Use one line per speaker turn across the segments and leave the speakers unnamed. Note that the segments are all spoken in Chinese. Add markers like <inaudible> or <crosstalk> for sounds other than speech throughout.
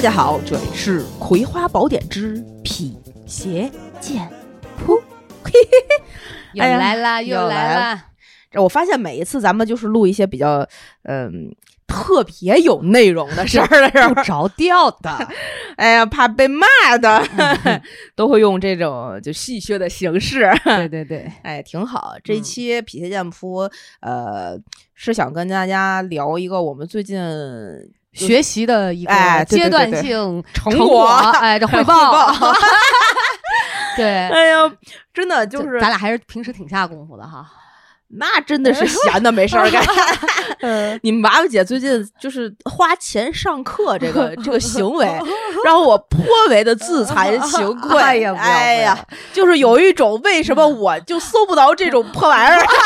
家好，这里是《葵花宝典之辟邪剑谱》。
又
哎呀
来啦，
又
来
来
<laughs> 啦！
我发现每一次咱们就是录一些比较嗯特别有内容的事儿的时候
<laughs> 不，着
<laughs>
调的，
哎呀，怕被骂的，
嗯
<laughs> 都会用这种就戏谑的形式，
对对
<laughs>
对，
哎，挺好。这一
嗯
期《痞鞋剑夫》呃，是想跟大家聊一个我们最近就
学习的一个
哎对对
阶段
对对
性
成
果，
<laughs>
哎，这汇报， <laughs> 对，
哎呀，真的 <laughs> 就
这
是
咱俩还是平时挺下功夫的
<laughs>
哈。
那真的是闲的没事儿干。
<laughs> 嗯，
你们娃娃姐最近就是花钱上课这
<laughs>
个这个行为，让我颇为的自惭形愧。
哎呀，不要
哎
<laughs>
呀，，就是有一种为什么我就搜不着这种破玩意
<laughs>
儿？
不要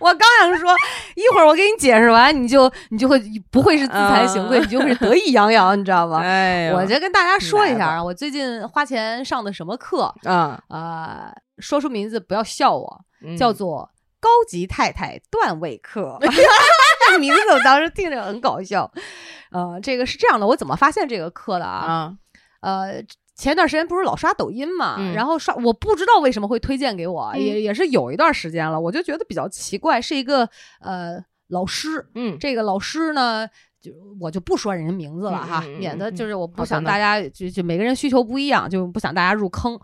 我刚想说，一会儿我给你解释完，你就你就会不会是自惭形愧，
嗯
你就会是得意洋洋，你知道吗？
哎
我就跟大家说一下
来
啊，我最近花钱上的什么课？
啊，
呃，说出名字不要笑我，
嗯
叫做“高级太太段位
<laughs>
课”，这名字我当时听着很搞笑。呃，这个是这样的，我怎么发现这个课的啊？
啊，
呃，前段时间不是老刷抖音嘛，
嗯
然后刷，我不知道为什么会推荐给我，
嗯
也也是有一段时间了，我就觉得比较奇怪，是一个呃老师，
嗯，
这个啊老师呢。就我就不说人家名字了哈，
嗯嗯嗯嗯
免得
嗯
就是
好
我不
的
想
呢
大家就就每个人需求不一样，就不想大家入坑。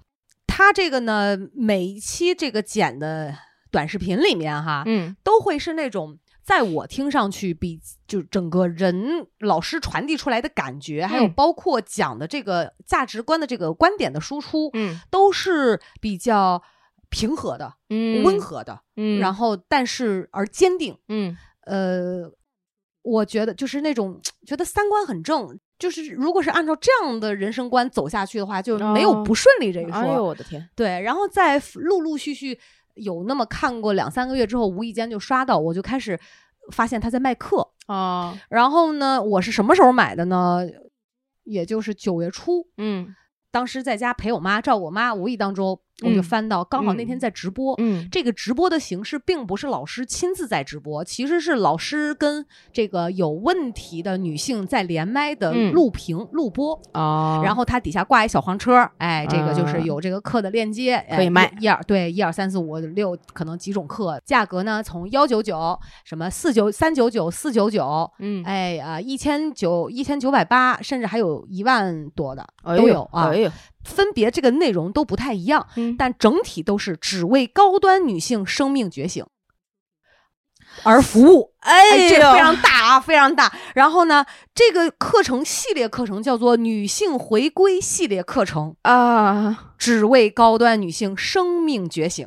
他这个呢，每一期这个剪的短视频里面哈，
嗯
都会是那种在我听上去比就整个人老师传递出来的感觉，还有
嗯
包括讲的这个价值观的这个观点的输出，
嗯
都是比较平和的、
嗯
温，和的，
嗯，
然后但是而坚定。
嗯
呃，我觉得就是那种觉得三观很正，就是如果是按照这样的人生观走下去的话，就没有
哦
不顺利这一说。
哎呦我的天，
对，然后在陆陆续续有那么看过两三个月之后，无意间就刷到，我就开始发现他在卖课。
啊，
然后呢，我是什么时候买的呢？也就是九月初，
嗯
当时在家陪我妈照顾我妈，无意当中我就
嗯
翻到，刚好那
嗯
天在直播，
嗯
这个直播的形式并不是老师亲自在直播，其实是老师跟这个有问题的女性在连麦的
嗯
录屏、录播，
啊，
然
后
后它底下挂一小黄车，哎，这个就是
嗯
有这个课的链接，哎
可以卖
一一二对一二三四五六可能几种课，价格呢从幺九九什么四九三九九四九九。
嗯
哎啊，一千九一千九百八，甚至还有一万多的
哎
都
呦
有啊
哎，呦，
分别这个内容都不太一样。
嗯
但整体都是只为高端女性生命觉醒而服务。
哎
哎，这
呦
非常大啊，非常大。然后呢，这个课程系列课程叫做“女性回归系列课程
啊，”，
只为高端女性生命觉醒。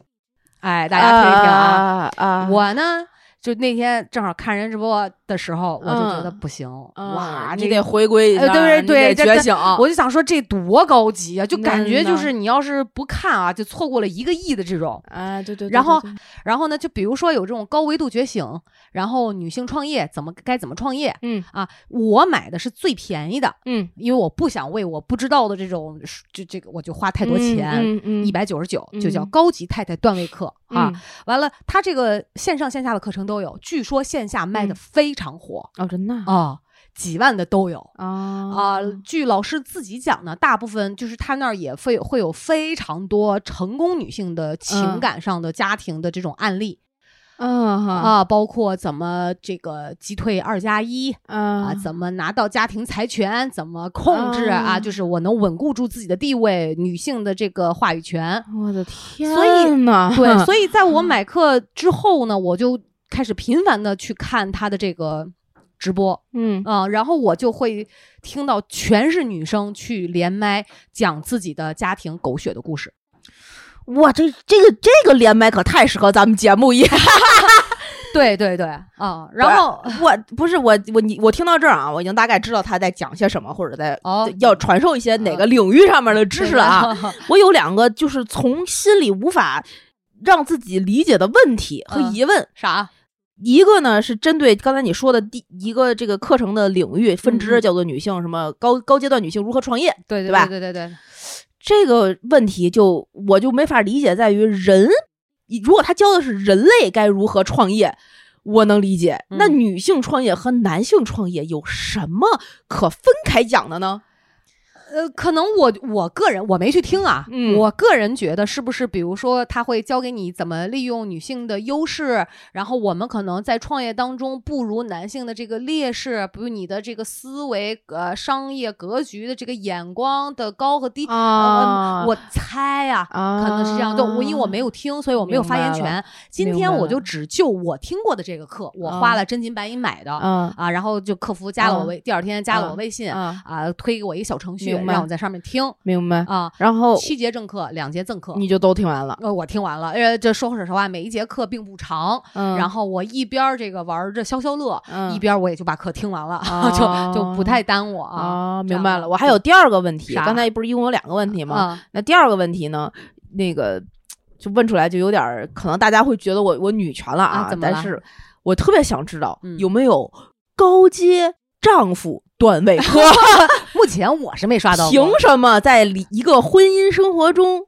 哎，大家听一听啊！
啊，
我呢，就那天正好看人直播的时候，我就觉得
嗯
不行，
啊
哇，
你
这
得回归一下，
呃对
你
对
得
这
觉醒。
我就想说这多高级啊！就
那
感觉就
那
是你要是不看啊，就错过了一个亿的这种。
啊，对对对
然后
对对
然后呢，就比如说有这种高维度觉醒，然后女性创业怎么该怎么创业
嗯
啊？我买的是最便宜的，
嗯，
因为我不想为我不知道的这种这这个我就花太多钱。
嗯嗯
一百九十九
嗯
就叫高级太太段位课、啊！
嗯
完了，它这个线上线下的课程都有，据说线下卖的
嗯
非常火
哦，真的
啊、几万的都有。啊、
啊
据老师自己讲呢，大部分就是他那儿也会会有非常多成功女性的情
嗯
感上的、家庭的这种案例，
啊哈
啊，包括怎么这个击退二加一啊，
啊
怎么拿到家庭财权，怎么控制啊
啊
就是我能稳固住自己的地位，女性的这个话语权。
我的天
所以
呐，
对，
<laughs>
所以在我
嗯
买课之后呢，我就开始频繁的去看她的这个直播，
嗯
嗯，然后我就会听到全是女生去连麦讲自己的家庭狗血的故事。
哇，这这个这个连麦可太适合咱们节目耶！
对对对，啊、然后
<laughs> 我不是我我你我听到这儿啊，我已经大概知道他在讲些什么，或者在
哦，
要传授一些哪个领域上面的知识了啊。 <laughs>
对吧，
我有两个就是从心里无法让自己理解的问题和
嗯
疑问，
<laughs> 啥？
一个呢是针对刚才你说的第一个这个课程的领域分
嗯
支，
嗯
叫做女性什么高高阶段女性如何创业
对对
对吧
对对对，
这个问题就，我就没法理解在于人，如果他教的是人类该如何创业，我能理解。那
嗯
女性创业和男性创业有什么可分开讲的呢？
呃，可能我我个人我没去听啊，
嗯
我个人觉得是不是，比如说他会教给你怎么利用女性的优势，然后我们可能在创业当中不如男性的这个劣势，比如你的这个思维、呃商业格局的这个眼光的高和
哦
低，呃我猜呀、
啊
可能是这样，就我因为我没有听，所以我没有发言
明白
权。今
明
天
白
我就
了
只就我听过的这个课，我
啊
花了真金白银买的
啊
啊，然后就客服加了我
啊
微，第二天加了我
啊
微信，
啊，
啊，推给我一个小程序，
明白
让我在上面听
明白。
啊。
然后
七节正课，两节赠课，
你就都听完了，
呃，我听完了。呃，这说实话，每一节课并不长，
嗯，
然后我一边儿这个玩着消消乐，
嗯
一边儿我也就把课听完了， <laughs>
啊
就就不太耽误啊。
啊，
这样
明白
的
了。我还有第二个问题，
啥
刚才不是一共有两个问题吗？
啊，
那第二个问题呢，那个就问出来就有点儿，可能大家会觉得我我女权了
啊怎么
但
了
是我特别想知道、
嗯
有没有高阶丈夫段
<laughs>
位科
目前我是没刷到过。
凭什么在里一个婚姻生活中，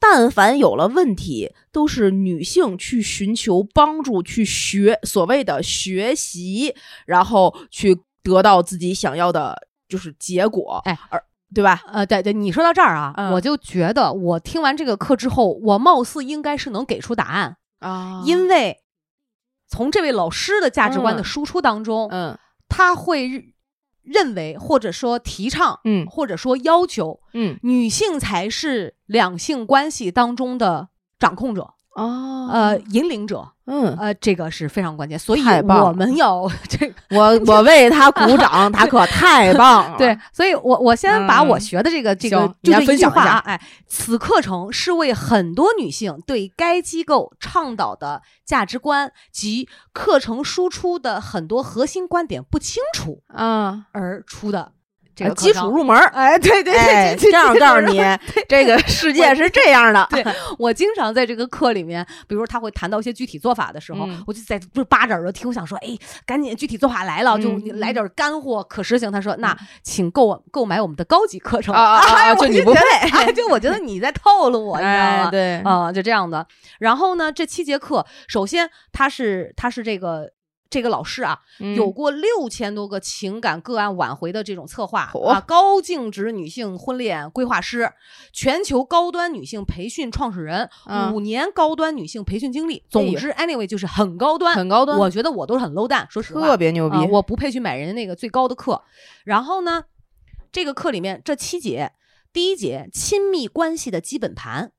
但凡有了问题，都是女性去寻求帮助，去学所谓的学习，然后去得到自己想要的，就是结果，
哎，
而对吧？
呃，对对，你说到这儿啊，
嗯
我就觉得我听完这个课之后，我貌似应该是能给出答案，
啊因
因为从这位老师的价值观的
嗯
输出当中，
嗯
他会认认为或者说提倡，
嗯
或者说要求
嗯
女性才是两性关系当中的掌控者，
哦
呃，引领者，
嗯，
呃，这个是非常关键，所以
太棒了
我们要这个
我我为他鼓掌，他可太棒了。
<laughs> 对，，所以我我先把
啊嗯
我学的这个、这个
行你
就
来
这一
分
句
享一
话
下
啊，哎，此课程是为很多女性对该机构倡导的价值观及课程输出的很多核心观点不清楚
啊，
而出的这个课
呃基
程
础入门儿，
哎， <laughs> 对对对，
哎，
对
这样告诉你，这个世
<laughs>
界是这样的。
对 <laughs> 我经常在这个课里面，比如说他会谈到一些具体做法的时候，
嗯
我就在不是扒着耳朵听，我想说，哎，赶紧具体做法来了，就
嗯
你来点干货可实行。他说，那请购购买我们的高级课程
啊啊啊
<laughs> 哎
就
我
你不
觉得哎就我觉得你在套路我，你知道
哎，
吗？
对，
啊、就这样的。然后呢，这七节课，首先他是他是这个这个老师啊，
嗯
有过六千多个情感个案挽回的这种策划、
嚯
啊，高净值女性婚恋规划师，全球高端女性培训创始人，
嗯哎
五年高端女性培训经历。总之，anyway 就是很高端，
<laughs> 很高端，
我觉得我都是很 low 蛋，说实话，
特别牛逼
啊，。我不配去买人家那个最高的课。然后呢，这个课里面这七节，第一节亲密关系的基本盘，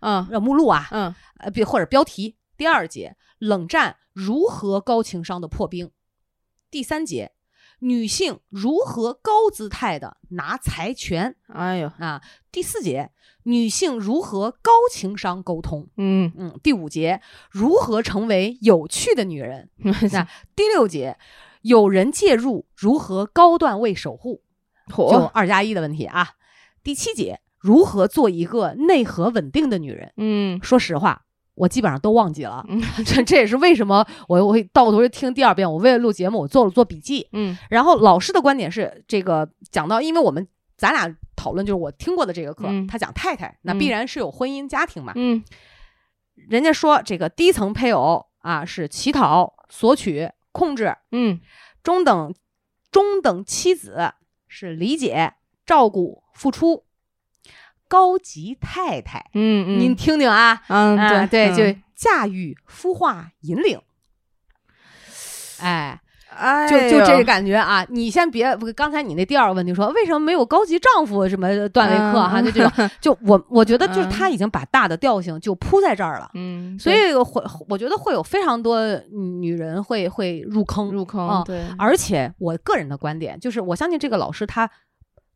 嗯
呃，目录啊，
嗯
呃，比或者标题。第二节，冷战如何高情商的破冰；第三节，女性如何高姿态的拿财权
哎呦，
啊；第四节，女性如何高情商沟通。
嗯， <laughs>
嗯，第五节如何成为有趣的女人？那
<laughs>
第六节有人介入如何高段位守护？就
火，
二加一的问题啊。第七节如何做一个内核稳定的女人？
嗯
说实话，我基本上都忘记了。
嗯
<laughs> 这这也是为什么我我会到头就听第二遍。我为了录节目，我做了做笔记。
嗯
然后老师的观点是，这个讲到，因为我们咱俩讨论就是我听过的这个课，
嗯
他讲太太，那
嗯
必然是有婚姻家庭嘛。
嗯
人家说这个低层配偶啊是乞讨、索取、控制；
嗯
中等中等妻子是理解、照顾、付出；高级太太，
嗯，
您听听啊，啊，
嗯
对，
对，
就驾驭、孵化、引领。哎，
哎
就就这
呦
个感觉啊！你先别，不刚才你那第二个问题说为什么没有高级丈夫什么段位课哈、
嗯
就这 <laughs> 种，就我我觉得就是
嗯
他已经把大的调性就铺在这儿了，
嗯，
所
对
以会我觉得会有非常多女人会会入坑，
入坑
嗯
对，
而且我个人的观点就是，我相信这个老师他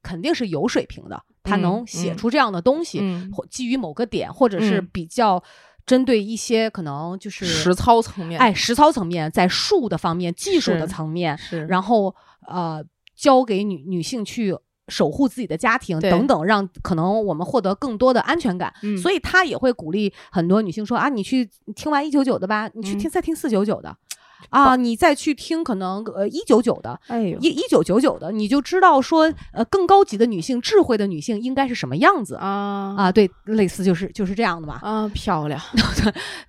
肯定是有水平的，他
嗯
能写
嗯
出这样的东西，
嗯
或基于某个点，或者是
嗯
比较针对一些可能就是
实操层面，
哎实操层面，在术的方面、技术的
是
层面，
是，
然后呃教给女女性去。守护自己的家庭
对
等等，让可能我们获得更多的安全感，
嗯
所以他也会鼓励很多女性说啊，你去听完一九九的吧，你去
嗯
听、再听四九九的，啊，你再去听可能呃一九九的
哎呦
一一九九九的，你就知道说呃更高级的女性、智慧的女性应该是什么样子。
啊
啊，对，类似就是就是这样的嘛，
啊，漂亮，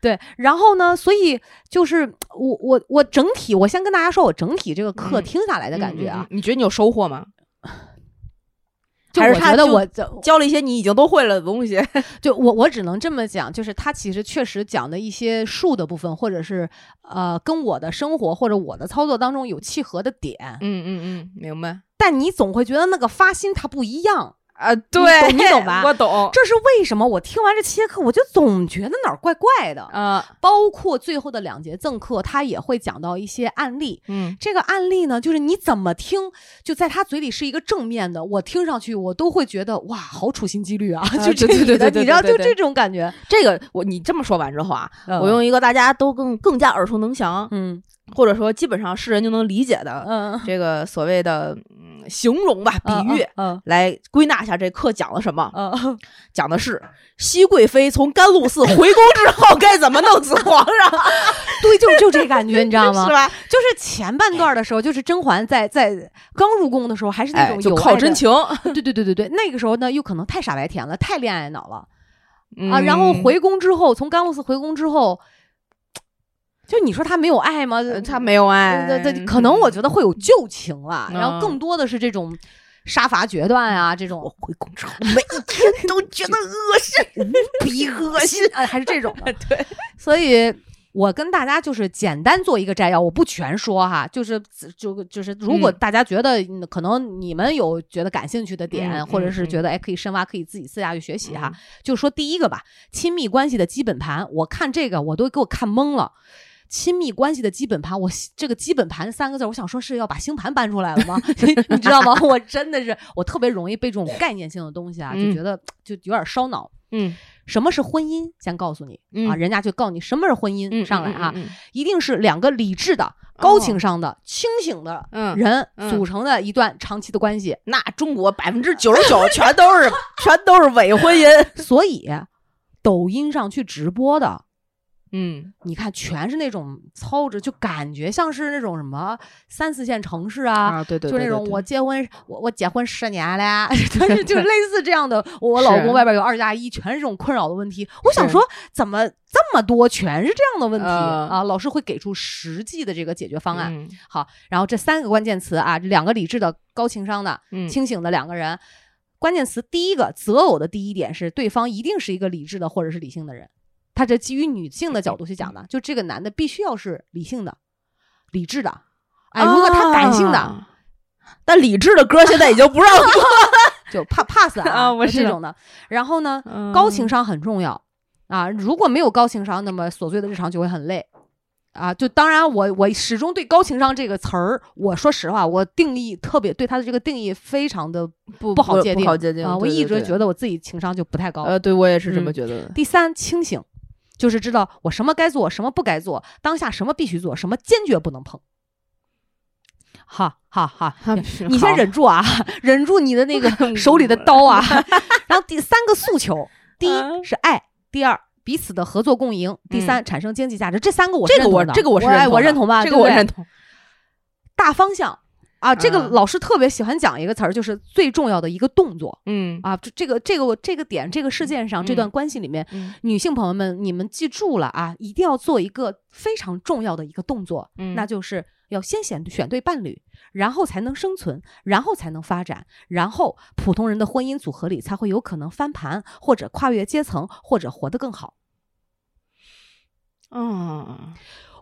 对，然后呢，所以就是我我我整体，我先跟大家说，我整体这个课
嗯
听下来的感觉啊，
嗯，嗯嗯你觉得你有收获吗？
就
还
我
是他
觉得
<laughs> 就
我就
教了一些你已经都会了的东西，
就我我只能这么讲，就是他其实确实讲的一些术的部分，或者是呃跟我的生活或者我的操作当中有契合的点，
嗯嗯嗯，明白
但你总会觉得那个发心它不一样，
啊，对，
你懂吧
我懂
这是为什么？我听完这期课，我就总觉得哪儿怪怪的。
啊，
包括最后的两节赠课，他也会讲到一些案例，
嗯
这个案例呢，就是你怎么听，就在他嘴里是一个正面的，我听上去我都会觉得哇，好处心积虑啊，
啊
<laughs> 就这
对对对
个
对
的
对
你知道，
对
就
对
这种感觉。
这个我你这么说完之后啊，我
我用
用一个大家都更更加耳熟能详，
嗯
或者说基本上世人就能理解的
嗯
这个所谓的嗯形容吧，比喻。
嗯
来归纳一下这课讲了什么？
嗯，
讲的是熹贵妃从甘露寺回宫之后该怎么弄死皇
<laughs>
上，
对，就就这感觉，你知道
<laughs>
吗
是？吧？
就是前半段的时候，就是甄嬛在在刚入宫的时候，还是那
哎，
种
就
有
靠
爱的啊
真，情
<laughs> 对对对对对，那个时候呢，又可能太傻白甜了，太恋爱脑了啊。
嗯
然后回宫之后，从甘露寺回宫之后，就你说他没有爱吗？
呃他没有爱，
对对，可能我觉得会有旧情了，然后
嗯
更多的是这种杀伐决断啊，这种
回宫之后每一天都觉得恶心， <laughs>
<laughs>
无比恶
恶。
心
啊，还是这种的。
<laughs> 对，
所以我跟大家就是简单做一个摘要，我不全说哈，就是就就是，如果
嗯
大家觉得、嗯可能你们有觉得感兴趣的点，
嗯
或者是
嗯
觉得哎可以深挖，可以自己私下去学习哈。就说第一个吧，亲密关系的基本盘，我看这个我都给我看懵了。亲密关系的基本盘，我这个基本盘三个字，我想说是要把星盘搬出来
<laughs>
了吗？你知道吗？我真的是，我特别容易被这种概念性的东西啊，就
嗯
觉得就有点烧脑。
嗯
什么是婚姻？先告诉你、
嗯
啊，人家就告你什么是婚姻，
嗯
上来啊，
嗯嗯哦
一定是两个理智的、高情商的、清醒的
嗯
人
嗯
组成的一段长期的关系。
那中国百分之九十九全都是全都是伪婚姻。
所以，抖音上去直播的，
嗯，
你看全是那种操着，就感觉像是那种什么三四线城市啊。，
对对
就那种我结婚，我我结婚十年了， <laughs>
<laughs>
就是就是类似这样的。我
是
老公外边有二加一，全是这种困扰的问题。我想
是
说，怎么这么多全是这样的问题
呃
啊？老师会给出实际的这个解决方案。
嗯
好，然后这三个关键词啊，这两个理智的、高情商的、
嗯
清醒的两个人。关键词第一个择偶的第一点是，对方一定是一个理智的或者是理性的人。他这基于女性的角度去讲的，就这个男的必须要是理性的、理智的。哎，如果他感性的，
<laughs> 啊但理智的歌现在已经不让播
就 pa pass 啊，
<laughs> 啊我
就这
是
种的。然后呢，
嗯
高情商很重要啊，如果没有高情商，那么琐碎的日常就会很累。啊，就当然我，我始终对“高情商”这个词儿，我说实话，我定义特别对它的这个定义非常的
不
不好界定，
不好界定
啊。我一直觉
得，
得我自己情商就不太高。
呃，对我也是这么
嗯
觉 <laughs> 得的。
第三，清醒，就是知道我什么该做，什么不该做，当下什么必须做，什么坚决不能碰。好好好，
<laughs>
你先忍住啊， <laughs> 忍住你的那个手里的刀啊。 <laughs> 然后第三个诉求，第一
嗯
是爱，第二彼此的合作共赢，第三产生经济价值。这三个我是
这个我
认同的
这个我是
哎我认
认
同
同
吧，
的这个
对不
我
对
认同。
大方向啊，这个
嗯
老师特别喜欢讲一个词儿，就是最重要的一个动作
嗯
啊。这这个这个我这个点，这个事件上，这段关系里面，
嗯
女性朋友们，你们记住了啊，一定要做一个非常重要的一个动作，
嗯
那就是要先选选对伴侣，然后才能生存，然后才能发展，然后普通人的婚姻组合里才会有可能翻盘，或者跨越阶层，或者活得更好。
嗯，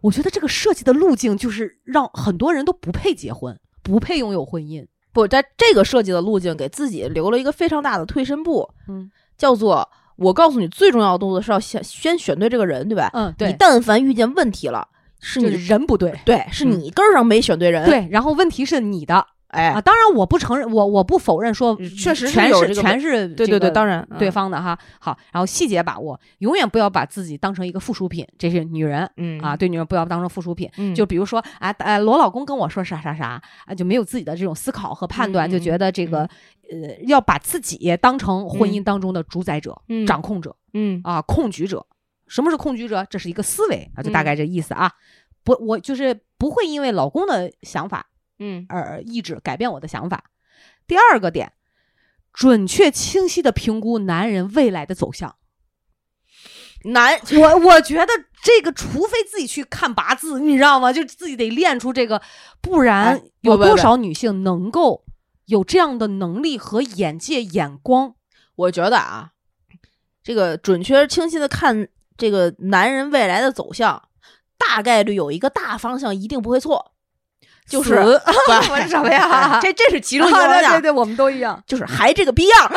我觉得这个设计的路径就是让很多人都不配结婚，不配拥有婚姻。
不，在这个设计的路径给自己留了一个非常大的退身步，
嗯
叫做我告诉你最重要的动作是要先先选对这个人，对吧？
嗯，
你，但凡遇见问题了，是
就
你
是人不对。
对，是
嗯
你根儿上没选对人。，
对，然后问题是你的
哎嗯
啊，，当然我不承认，我我不否认说
确实是
全
有
是
这个
全是
对
这
对对，
个
当然，
对
嗯，
方的哈。好，然后细节把握，永远不要把自己当成一个附属品，这是女人。
嗯
啊，，对女人不要当成附属品，
嗯
就比如说，哎，哎，罗老公跟我说啥啥啥，啊，就没有自己的这种思考和判断，
嗯
就觉得这个，呃，要把自己当成婚姻当中的主宰者、
嗯
掌控者
嗯嗯
啊、控局者。什么是控局者？这是一个思维啊，就大概这意思啊。不，我就是不会因为老公的想法
嗯
而意志改变我的想法。第二个点，准确清晰的评估男人未来的走向。
难，
我我觉得这个，除非自己去看八字，你知道吗？就自己得练出这个，不然
哎不
有
不
多少女性能够有这样的能力和眼界、眼光？
我觉得啊，这个准确清晰的看这个男人未来的走向，大概率有一个大方向一定不会错，就是
死
<laughs> 不哎
我是什么呀
<laughs> 这这是其
其
中一个方
啊对
向
对，对，我们都一样。
就是还这个逼 <laughs> 样儿。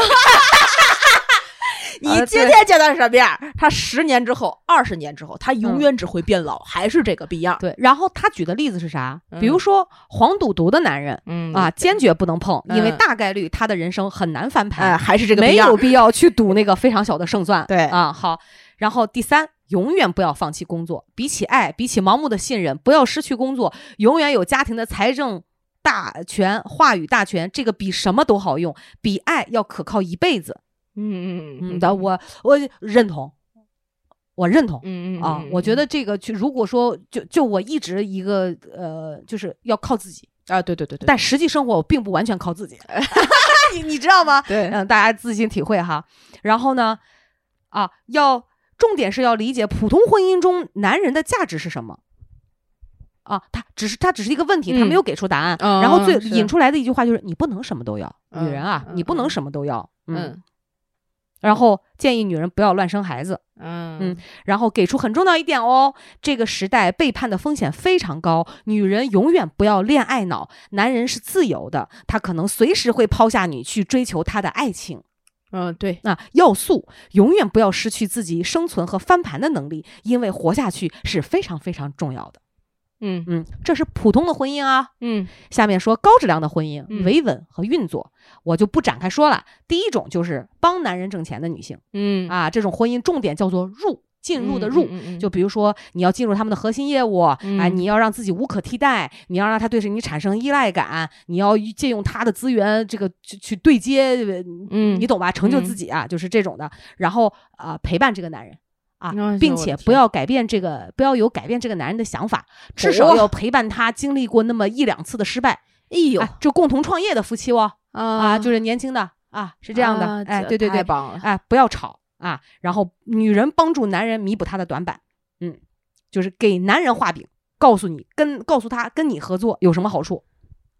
你
呃
今
对
天见到是什么样儿？他十年之后、二十年之后，他永远只会变老，还是这个逼样儿。
对，然后他举的例子是啥？比
嗯
如说黄赌毒的男人
嗯
啊，，坚决不能碰，因为
嗯
大概率他的人生很难翻
哎，
盘，
还是这个逼
没
样
有
儿。
必要去赌那个非常小的胜算。
对
啊，好。然后第三，永远不要放弃工作，比起爱，比起盲目的信任，不要失去工作，永远有家庭的财政大权、话语大权，这个比什么都好用，比爱要可靠一辈子。
嗯
嗯，的，我我认同，我认同。
嗯嗯
啊，我觉得这个就如果说就就我一直一个呃，就是要靠自己，
啊，对对对对，
但实际生活我并不完全
<laughs>
靠自己，你你知道吗？ <laughs>
对
嗯，大家自行体会哈。然后呢，啊，要重点是要理解普通婚姻中男人的价值是什么。啊，他只是他只是一个问题，他
嗯
没有给出答案。
嗯
然后最
是
引出来的一句话就是：你不能什么都要，
嗯
女人啊，
嗯
你不能
嗯
什么都要。嗯，
嗯
然后建议女人不要乱生孩子。
嗯
然后给出很重要一点哦，这个时代背叛的风险非常高，女人永远不要恋爱脑，男人是自由的，他可能随时会抛下你去追求他的爱情。
嗯，对，
那要素永远不要失去自己生存和翻盘的能力，因为活下去是非常非常重要的。
嗯
嗯，这是普通的婚姻啊。
嗯
下面说高质量的婚姻、
嗯
维稳和运作，我就不展开说了。第一种就是帮男人挣钱的女性
嗯
啊，嗯这种婚姻重点叫做入，进入的入。，就
就
比如说，你要进入他们的核心业务，啊、
嗯
你要让自己无可替代，你要让他对你产生依赖感，你要借用他的资源，这个去去对接，呃
嗯
你懂吧？成就
嗯
自己啊，就是这种的。然后啊、呃陪伴这个男人啊
哎，呦
并
我的
且不
天
要改变这个，不要有改变这个男人的想法，至少
哦
要陪伴他经历过那么一两次的失败。
哎呦
哎，这共同创业的夫妻哦，啊，
啊
就是年轻的啊，是这样的。哎，对对对，
棒了，
哎，不要吵啊。然后女人帮助男人弥补他的短板，嗯，就是给男人画饼，告诉你跟告诉他跟你合作有什么好处。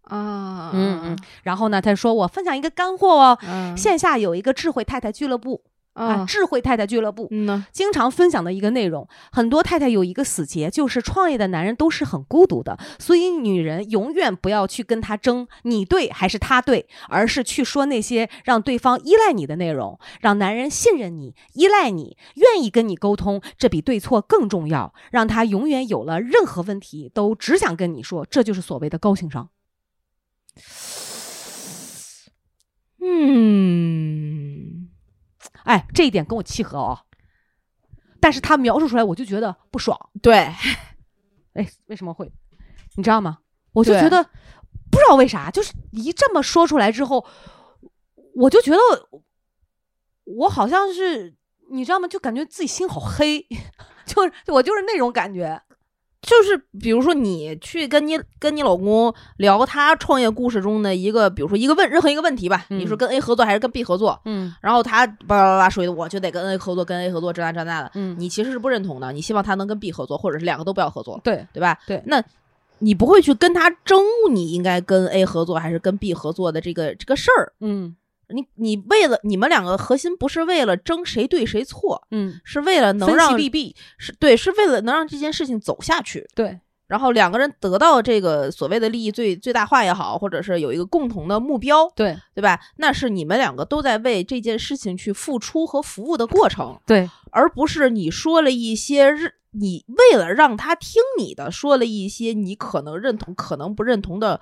啊
嗯然后呢，他说我分享一个干货哦，
嗯
线下有一个智慧太太俱乐部啊，
啊
智慧太太俱乐部。
嗯呢，
经常分享的一个内容，很多太太有一个死结，就是创业的男人都是很孤独的，所以女人永远不要去跟他争你对还是他对，而是去说那些让对方依赖你的内容，让男人信任你、依赖你、愿意跟你沟通，这比对错更重要，让他永远有了任何问题都只想跟你说，这就是所谓的高情商。
嗯，
哎，这一点跟我契合哦。但是他描述出来，我就觉得不爽。
对，
哎，为什么会？你知道吗？我就
对
觉得不知道为啥，就是一这么说出来之后，我就觉得我好像是你知道吗？就感觉自己心好黑， <laughs> 就是我就是那种感觉。
就是比如说你去跟你跟你老公聊他创业故事中的一个，比如说一个问任何一个问题吧，
嗯
你说跟 A 合作还是跟 B 合作，
嗯
然后他巴拉巴拉说一堆，我就得跟 A 合作，跟 A 合作这那这那的，
嗯
你其实是不认同的，你希望他能跟 B 合作，或者是两个都不要合作，
对
对吧？
对
那你不会去跟他争，你应该跟 A 合作还是跟 B 合作的这个这个事儿。
嗯
你你为了你们两个核心不是为了争谁对谁错，
嗯，
是为了能
分
让
析利弊，
是对，是为了能让这件事情走下去，
对
然后两个人得到这个所谓的利益最最大化也好，或者是有一个共同的目标，
对
对吧？那是你们两个都在为这件事情去付出和服务的过程，
对
而不是你说了一些日你为了让他听你的，说了一些你可能认同、可能不认同的，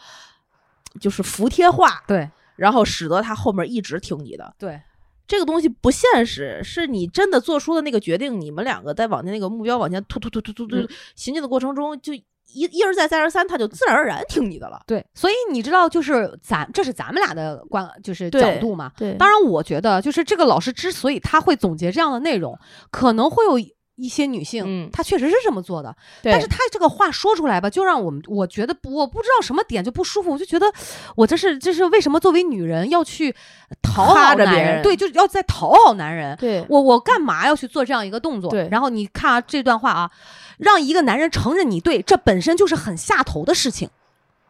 就是服帖话，
对
然后使得他后面一直听你的。
对
这个东西不现实，是你真的做出的那个决定，你们两个在往前那个目标往前突突突突突突
嗯
行进的过程中，就一一而再再而三，他就自然而然听你的了。
对，所以你知道，就是咱这是咱们俩的观，就是
对
角度嘛。
对
当然，我觉得就是这个老师之所以他会总结这样的内容，可能会有一些女性
嗯，
她确实是这么做的，
对
但是她这个话说出来吧，就让我们我觉得不我不知道什么点就不舒服，我就觉得我这是这是为什么作为女人要去讨好
哈着
男
别
人，
人
对，就是要在讨好男人。
对
我我干嘛要去做这样一个动作？
对
然后你看啊，这段话啊，让一个男人承认你对，这本身就是很下头的事情。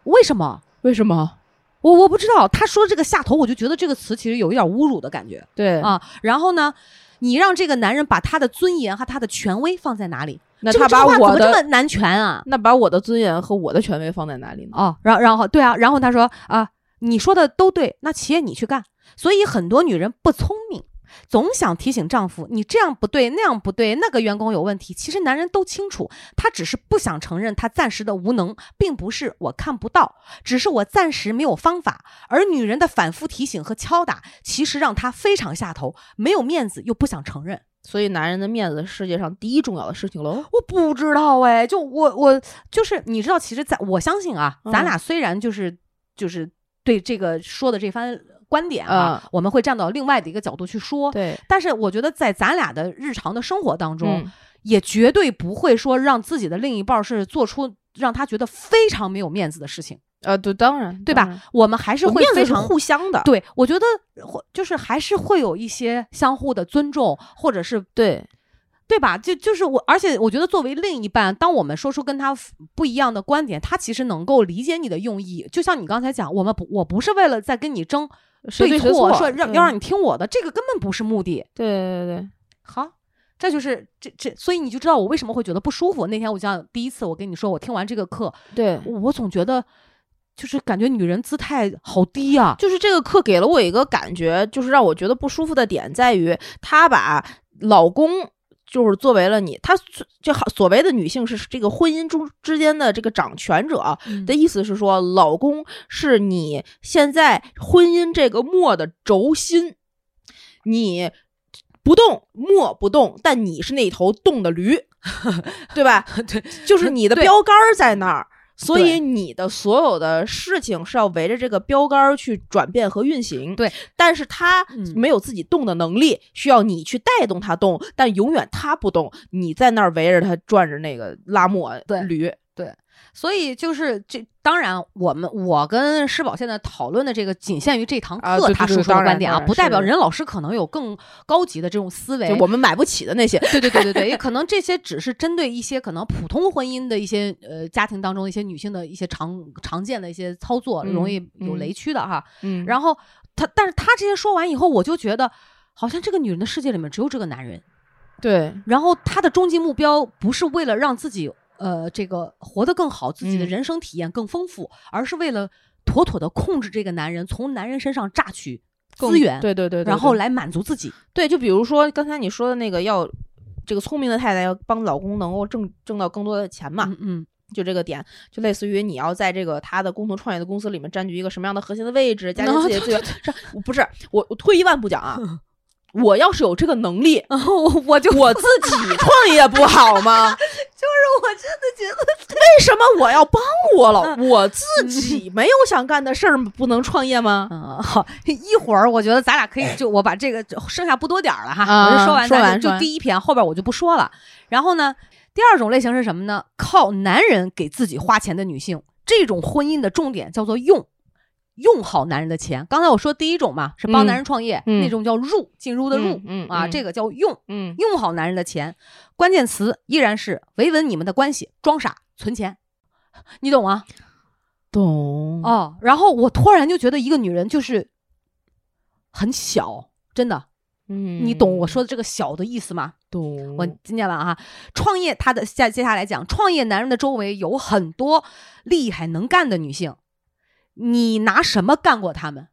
为什么？
为什么？
我我不知道。他说这个下头，我就觉得这个词其实有一点侮辱的感觉
对，
啊。然后呢，你让这个男人把他的尊严和他的权威放在哪里？
那
这
他
个
把
这个话
我
怎么这
的
么难全啊？
那把我的尊严和我的权威放在哪里呢？
哦，然后然后对啊，然后他说啊，你说的都对，那企业你去干。所以很多女人不聪明，总想提醒丈夫你这样不对，那样不对，那个员工有问题。其实男人都清楚，他只是不想承认他暂时的无能，并不是我看不到，只是我暂时没有方法。而女人的反复提醒和敲打，其实让他非常下头，没有面子又不想承认。
所以男人的面子是世界上第一重要的事情喽。
我不知道哎，就我我就是你知道，其实在我相信啊，咱
嗯
俩虽然就是就是对这个说的这番观点啊，我们会站到另外的一个角度去说，
嗯对，
但是我觉得在咱俩的日常的生活当中，
嗯
也绝对不会说让自己的另一半儿是做出让他觉得非常没有面子的事情，
呃，对，当然，
对
当
吧
然？？
我们还是
我
会
面
非
子是
常
互相的，
对，我觉得或就是还是会有一些相互的尊重，或者是
对
对吧？就就是我，而且我觉得作为另一半，当我们说出跟他 f- 不一样的观点，他其实能够理解你的用意。就像你刚才讲，我们不，我不是为了在跟你争
谁对谁
错，
错
说让
嗯
要让你听我的，这个根本不是目的。
对对对对，
好，这就是这这，所以你就知道我为什么会觉得不舒服。那天我讲第一次，我跟你说，我听完这个课，
对，
我总觉得就是感觉女人姿态好低啊。
就是这个课给了我一个感觉，就是让我觉得不舒服的点在于，她把老公就是作为了你，她就好所谓的女性是这个婚姻中之间的这个掌权者
嗯
的意思是说，老公是你现在婚姻这个磨的轴心，你。不动，磨不动，但你是那头动的驴， <laughs> 对吧？
<laughs> 对，
就是你的
对
标杆儿在那儿，所
对
以你的所有的事情是要围着这个标杆儿去转变和运行。
对，
但是他
嗯
没有自己动的能力，需要你去带动他动，但永远他不动，你在那儿围着他转着那个拉磨
对
驴。
所以就是这，当然我们我跟施宝现在讨论的这个仅限于这堂课、
啊对对
他
对
说出的
当然
观点啊，
当然
不代表
是
任老师可能有更高级的这种思维
就。我们买不起的那些，
对对对对对，也可能这些只是针对一些可能普通婚姻的一些呃家庭当中一些女性的一些常常见的一些操作，
嗯
容易有
嗯
雷区的哈。
嗯然后
然后他，但是他这些说完以后，我就觉得好像这个女人的世界里面只有这个男人，
对
然后她的终极目标不是为了让自己呃这个活得更好，自己的
嗯
人生体验更丰富，而是为了妥妥的控制这个男人，从男人身上榨取资
更
源，
对对对对，
然后
对
来满足自己。
对，就比如说刚才你说的那个要。这个聪明的太太要帮老公能够挣挣到更多的钱嘛，
嗯 <laughs> 嗯
就这个点，就类似于你要在这个他的共同创业的公司里面占据一个什么样的核心的位置，加强自己的资源。这我不是我，我退一万步讲啊， <laughs> 我要是有这个能力，
我我就 <laughs>
我自己创业不好吗？ <laughs>
我真的觉得
为什么我要帮我老我自己没有想干的事儿不能创业吗？
嗯，好， <laughs> 一会儿我觉得咱俩可以就我把这个剩下不多点儿了哈，
啊
我就说完
说
咱
完
就
说
就
完
第一篇，后边我就不说了。然后呢，第二种类型是什么呢？靠男人给自己花钱的女性，这种婚姻的重点叫做用。用好男人的钱，刚才我说第一种嘛，是帮
嗯
男人创业，
嗯
那种叫入，进入的入、
嗯嗯
啊，
嗯
这个叫用，
嗯，
用好男人的钱，关键词依然是维稳你们的关系，装傻存钱，你懂吗？
懂哦，
哦，然后我突然就觉得一个女人就是很小，真的，
嗯
你懂我说的这个“小”的意思吗？
懂
我今天晚上哈，创业她的下接下来讲，创业男人的周围有很多厉害能干的女性，你拿什么干过他们？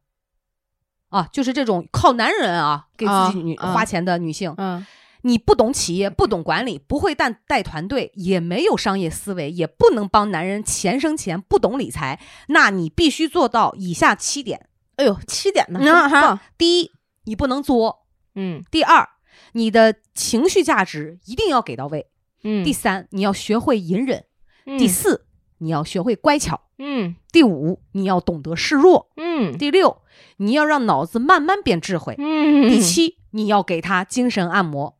啊，就是这种靠男人啊给自
啊
己女、
啊
花钱的女性，
嗯
你不懂企业，不懂管理，不会带带团队，也没有商业思维，也不能帮男人钱生钱，不懂理财，那你必须做到以下七点。
哎呦，七点呢，
嗯
真棒
哈，第一，你不能作；
嗯
第二，你的情绪价值一定要给到位；
嗯
第三，你要学会隐忍；第四，你要学会乖巧；
嗯
第五，你要懂得示弱；
嗯
第六，你要让脑子慢慢变智慧；
嗯
第七，你要给他精神按摩。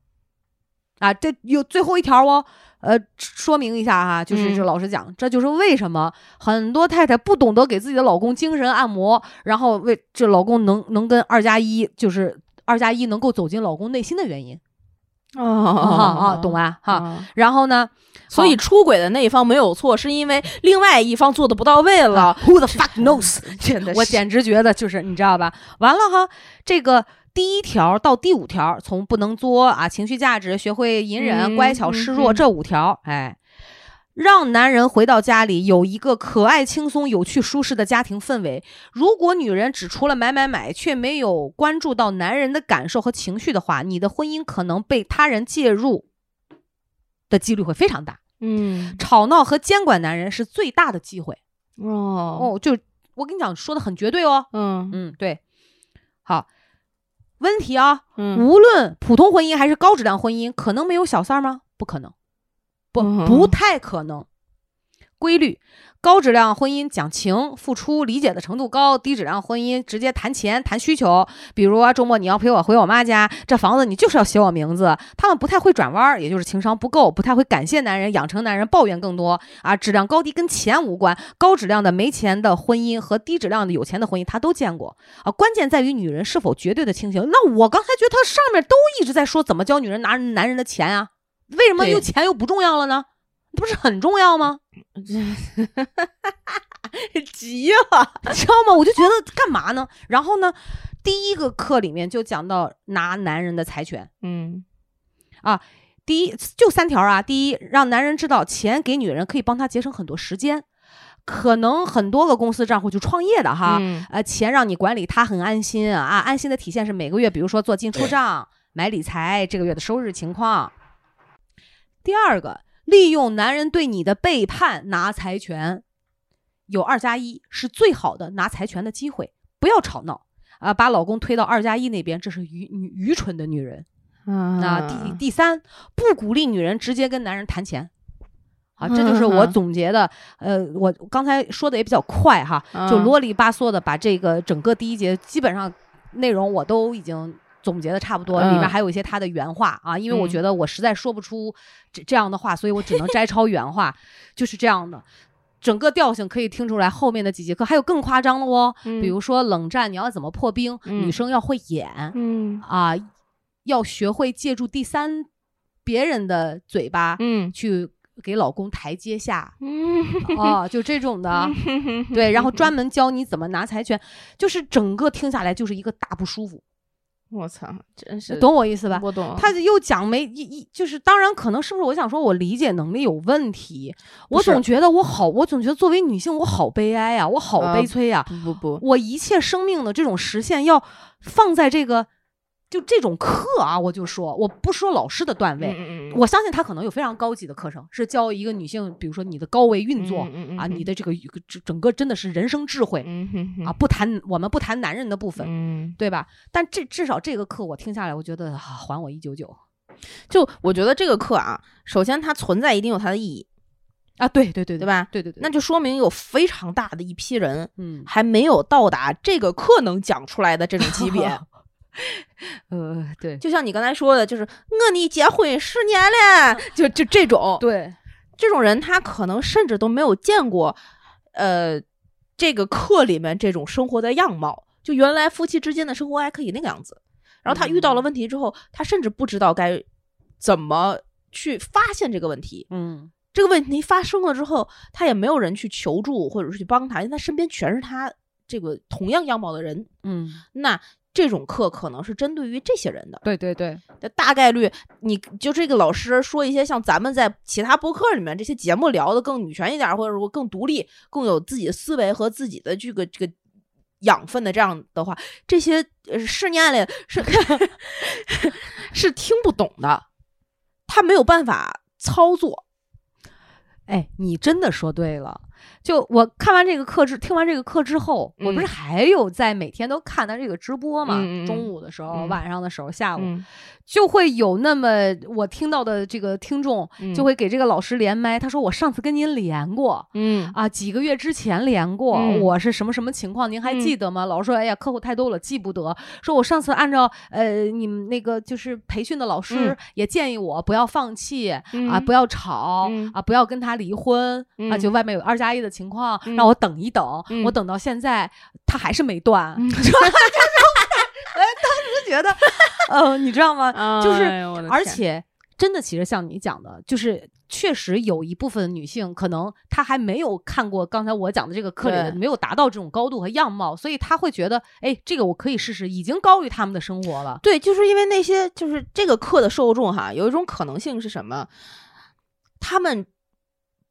啊，这有最后一条哦，呃，说明一下哈、就是
嗯
这老实讲，这就是为什么很多太太不懂得给自己的老公精神按摩，然后为这老公能能跟二加一就是。二加一能够走进老公内心的原因
啊
啊啊，懂吧？哈、
啊，
然后呢，
所以出轨的那一方没有错，是因为另外一方做的不到位了。
Who the fuck knows？
真的是，
我简直觉得就是你知道吧？完了哈，这个第一条到第五条，从不能作啊，情绪价值，学会隐忍、
嗯
乖巧、
嗯
示弱、
嗯
这五条，哎，让男人回到家里有一个可爱、轻松、有趣、舒适的家庭氛围。如果女人只除了买买买，却没有关注到男人的感受和情绪的话，你的婚姻可能被他人介入的几率会非常大。
嗯
吵闹和监管男人是最大的机会。
哦
哦，就我跟你讲，说的很绝对哦。
嗯
嗯，对。好，问题啊，
嗯
无论普通婚姻还是高质量婚姻，可能没有小三儿吗？不可能，不
嗯
不太可能。规律：高质量婚姻讲情、付出、理解的程度高；低质量婚姻直接谈钱、谈需求。比如啊，周末你要陪我回我妈家，这房子你就是要写我名字。他们不太会转弯儿，也就是情商不够，不太会感谢男人，养成男人抱怨更多啊。质量高低跟钱无关，高质量的没钱的婚姻和低质量的有钱的婚姻，他都见过啊。关键在于女人是否绝对的清醒。那我刚才觉得他上面都一直在说怎么教女人拿男人的钱啊，为什么
对
又钱又不重要了呢？那不是很重要吗？ <laughs>
嗯 <laughs> 急了，
知道吗？我就觉得干嘛呢？然后呢，第一个课里面就讲到拿男人的财权，
嗯
第一就三条啊。第一，让男人知道钱给女人可以帮他节省很多时间，可能很多个公司账户就创业的哈，
嗯
呃，钱让你管理，他很安心啊。安心的体现是每个月，比如说做进出账、买理财，这个月的收入情况。第二个，利用男人对你的背叛拿财权，有二加一是最好的拿财权的机会，不要吵闹。啊，把老公推到二加一那边，这是愚女愚蠢的女人。
啊
那
嗯
第第三，不鼓励女人直接跟男人谈钱。啊，这就是我
嗯嗯
总结的。呃，我刚才说的也比较快哈，就
嗯
啰里吧嗦的把这个整个第一节基本上内容我都已经总结的差不多，里面
嗯
还有一些他的原话啊，因为我
嗯
觉得我实在说不出这这样的话，所以我只能摘抄原话，就是这样的。整个调性可以听出来，后面的几节课还有更夸张的哦，
嗯
比如说冷战你要怎么破冰，
嗯
女生要会演
嗯
啊，要学会借助第三别人的嘴巴
嗯
去给老公台阶下，
嗯 <laughs>
哦，就这种的，对，然后专门教你怎么拿财权，就是整个听下来就是一个大不舒服，
我操，真是
懂我意思吧？
我懂
他又讲没一一就是，当然可能是不是我想说我理解能力有问题，我
不是
总觉得我好，我总觉得作为女性我好悲哀呀、我好
啊
悲催呀、
不不不，
我一切生命的这种实现要放在这个就这种课啊，我就说我不说老师的段位。
嗯嗯嗯
我相信他可能有非常高级的课程，是教一个女性，比如说你的高维运作，
嗯嗯嗯
啊，
嗯
你的这个整整个真的是人生智慧、
嗯哼哼
啊，不谈我们不谈男人的部分，
嗯，
对吧？但这至少这个课我听下来，我觉得、啊、还我一九九
就我觉得这个课啊，首先它存在一定有它的意义，
啊，对对对
对？吧？
对对对，
那就说明有非常大的一批人
嗯
还没有到达这个课能讲出来的这种级别。
<laughs> 呃对
就像你刚才说的，就是我你结婚十年了，就就这种，
对
这种人他可能甚至都没有见过，呃，这个课里面这种生活的样貌。就原来夫妻之间的生活还可以那个样子，然后他遇到了问题之后，他甚至不知道该怎么去发现这个问题。
嗯
这个问题发生了之后，他也没有人去求助或者是去帮他，因为他身边全是他这个同样样貌的人。
嗯
那这种课可能是针对于这些人的。
对对对
那大概率你就这个老师说一些像咱们在其他播客里面这些节目聊的更女权一点儿，或者说更独立、更有自己的思维和自己的这个这个养分的这样的话，这些呃试验里是 <laughs> 是听不懂的，他没有办法操作。
哎，你真的说对了。就我看完这个课之，听完这个课之后，我不是
嗯
还有在每天都看他这个直播嘛？
嗯嗯嗯
中午的时候、
嗯
晚上的时候、下午、
嗯
就会有那么我听到的这个听众
嗯
就会给这个老师连麦，他说我上次跟您连过。
嗯
啊，几个月之前连过，
嗯
我是什么什么情况，您还记得吗？老师说，哎呀，客户太多了，记不得。说我上次按照呃你们那个就是培训的老师
嗯
也建议我不要放弃、啊，
嗯
不要吵、
嗯
啊，不要跟他离婚、啊，
嗯
就外面有二加一的情况，
嗯
让我等一等、
嗯
我等到现在他还是没断， <laughs>
嗯
这种感觉，哎，当时
<laughs>
觉得，呃，你知道吗？就是
哎呦我的
而
天
且真的，其实像你讲的，就是确实有一部分女性，可能她还没有看过刚才我讲的这个课里的，
对
没有达到这种高度和样貌，所以她会觉得，哎，这个我可以试试，已经高于他们的生活了。
对，就是因为那些就是这个课的受众哈，有一种可能性是什么？他们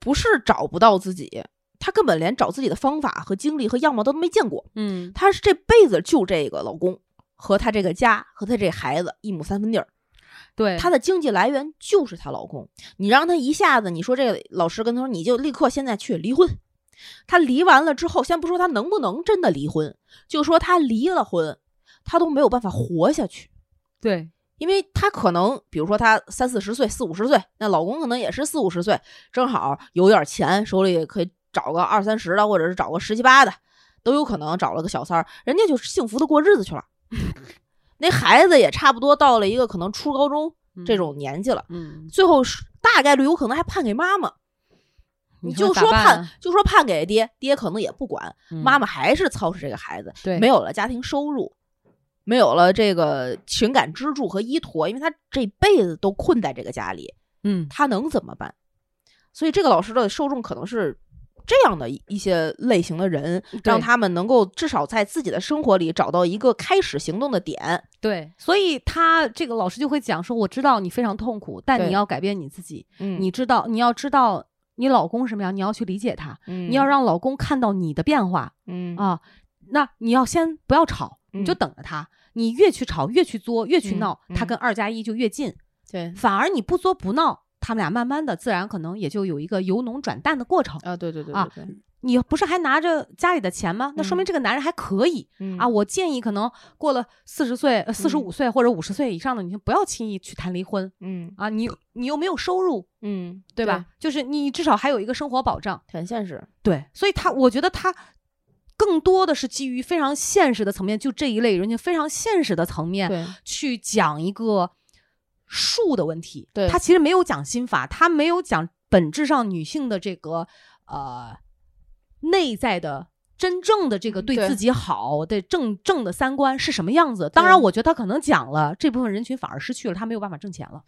不是找不到自己，他根本连找自己的方法和经历和样貌都没见过。
嗯，
他是这辈子就这个老公和他这个家和他这孩子一亩三分地儿，
对，
她的经济来源就是她老公。你让她一下子，你说这个老师跟她说，你就立刻现在去离婚。她离完了之后，先不说她能不能真的离婚，就说她离了婚，她都没有办法活下去。
对，
因为她可能，比如说她三四十岁、四五十岁，那老公可能也是四五十岁，正好有点钱，手里可以找个二三十的，或者是找个十七八的，都有可能找了个小三儿，人家就幸福的过日子去了。 <laughs> 那孩子也差不多到了一个可能初高中这，种年纪了，
嗯，
最后是大概率有可能还判给妈妈。你就
说
说
咋办
判
啊，，
就说判给爹，爹可能也不管，妈
妈
妈还是操持这个孩子，
对
没有了家庭收入，没有了这个情感支柱和依托，因为他这辈子都困在这个家里，
嗯，
他能怎么办？所以这个老师的受众可能是这样的一一些类型的人，让
对
他们能够至少在自己的生活里找到一个开始行动的点。
对，所以他这个老师就会讲说，我知道你非常痛苦，但你
对
要改变你自己，
嗯
你知道，你要知道你老公什么样，你要去理解他，
你
你要让老公看到你的变化，
嗯
啊，那你要先不要吵，你就
嗯
等着他。你越去吵，越去作，越去
嗯
闹，他
嗯
跟二加一就越近。
对
反而你不作不闹，他们俩慢慢的自然可能也就有一个由浓转淡的过程。
啊对对对
啊
对
你不是还拿着家里的钱吗？那说
嗯
明这个男人还可以、
嗯
啊。我建议可能过了四十岁、四十五岁或者五十岁以上的女性不要轻易去谈离婚
嗯
啊。你你又没有收入，
嗯
对吧？？就是你至少还有一个生活保障。
很现实。
对，所以他，我觉得他更多的是基于非常现实的层面，就这一类人群非常现实的层面
对
去讲一个术的问题。
对
他其实没有讲心法，他没有讲本质上女性的这个呃内在的。真正的这个对
对
自己好的正正的三观是什么样子？当然，
对
我觉得他可能讲了，这部分人群反而失去了，他没有办法挣钱了。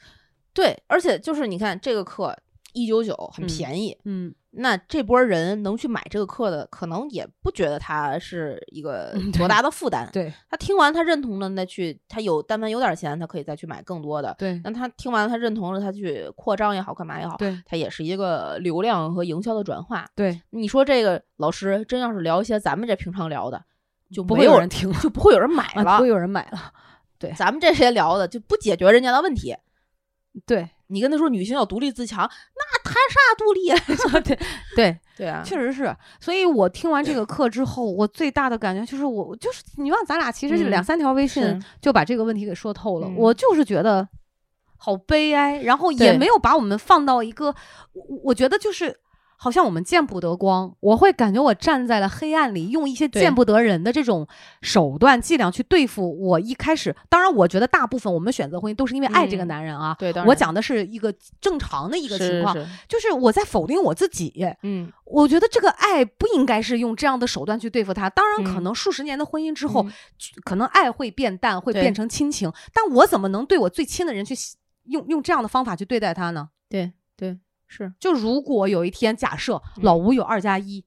对，而且就是你看这个课一九九很便宜，
嗯，
那这波人能去买这个课的，可能也不觉得它是一个
嗯对
多大的负担。
对
他听完他认同了，那去他有但凡有点钱，他可以再去买更多的。
对
那他听完了，他认同了，他去扩张也好，干嘛也好，
对
他也是一个流量和营销的转化。
对，
你说这个老师真要是聊一些咱们这平常聊的，就
不
没
会有
有
人听了，
就不会有人买
啊不
了
会。有人买了。
咱们这些聊的就不解决人家的问题。
对，
你跟他说女性要独立自强，那谈啥独
啊 <laughs>
立？
对对，
<laughs> 对啊，
<laughs> 确实是，所以我听完这个课之后，我最大的感觉就是我，就是你让咱俩其实就
嗯
两三条微信
是
就把这个问题给说透了，
嗯
我就是觉得好悲哀，然后也
对
没有把我们放到一个，我我觉得就是。好像我们见不得光，我会感觉我站在了黑暗里，用一些
对
见不得人的这种手段、伎俩去对付我。一开始，当然，我觉得大部分我们选择婚姻都是因为爱这个
嗯
男人啊。
对，当
我
然
讲的是一个正常的一个情况，
是是
就是我在否定我自己。
嗯，
我觉得这个爱不应该是用这样的手段去对付他。当然，可
嗯
能数十年的婚姻之后，
嗯
就可能爱会变淡，会
对
变成亲情。但我怎么能对我最亲的人去喜用用这样的方法去对待他呢？
对对是，
就如果有一天，假设
嗯
老吴有二加一，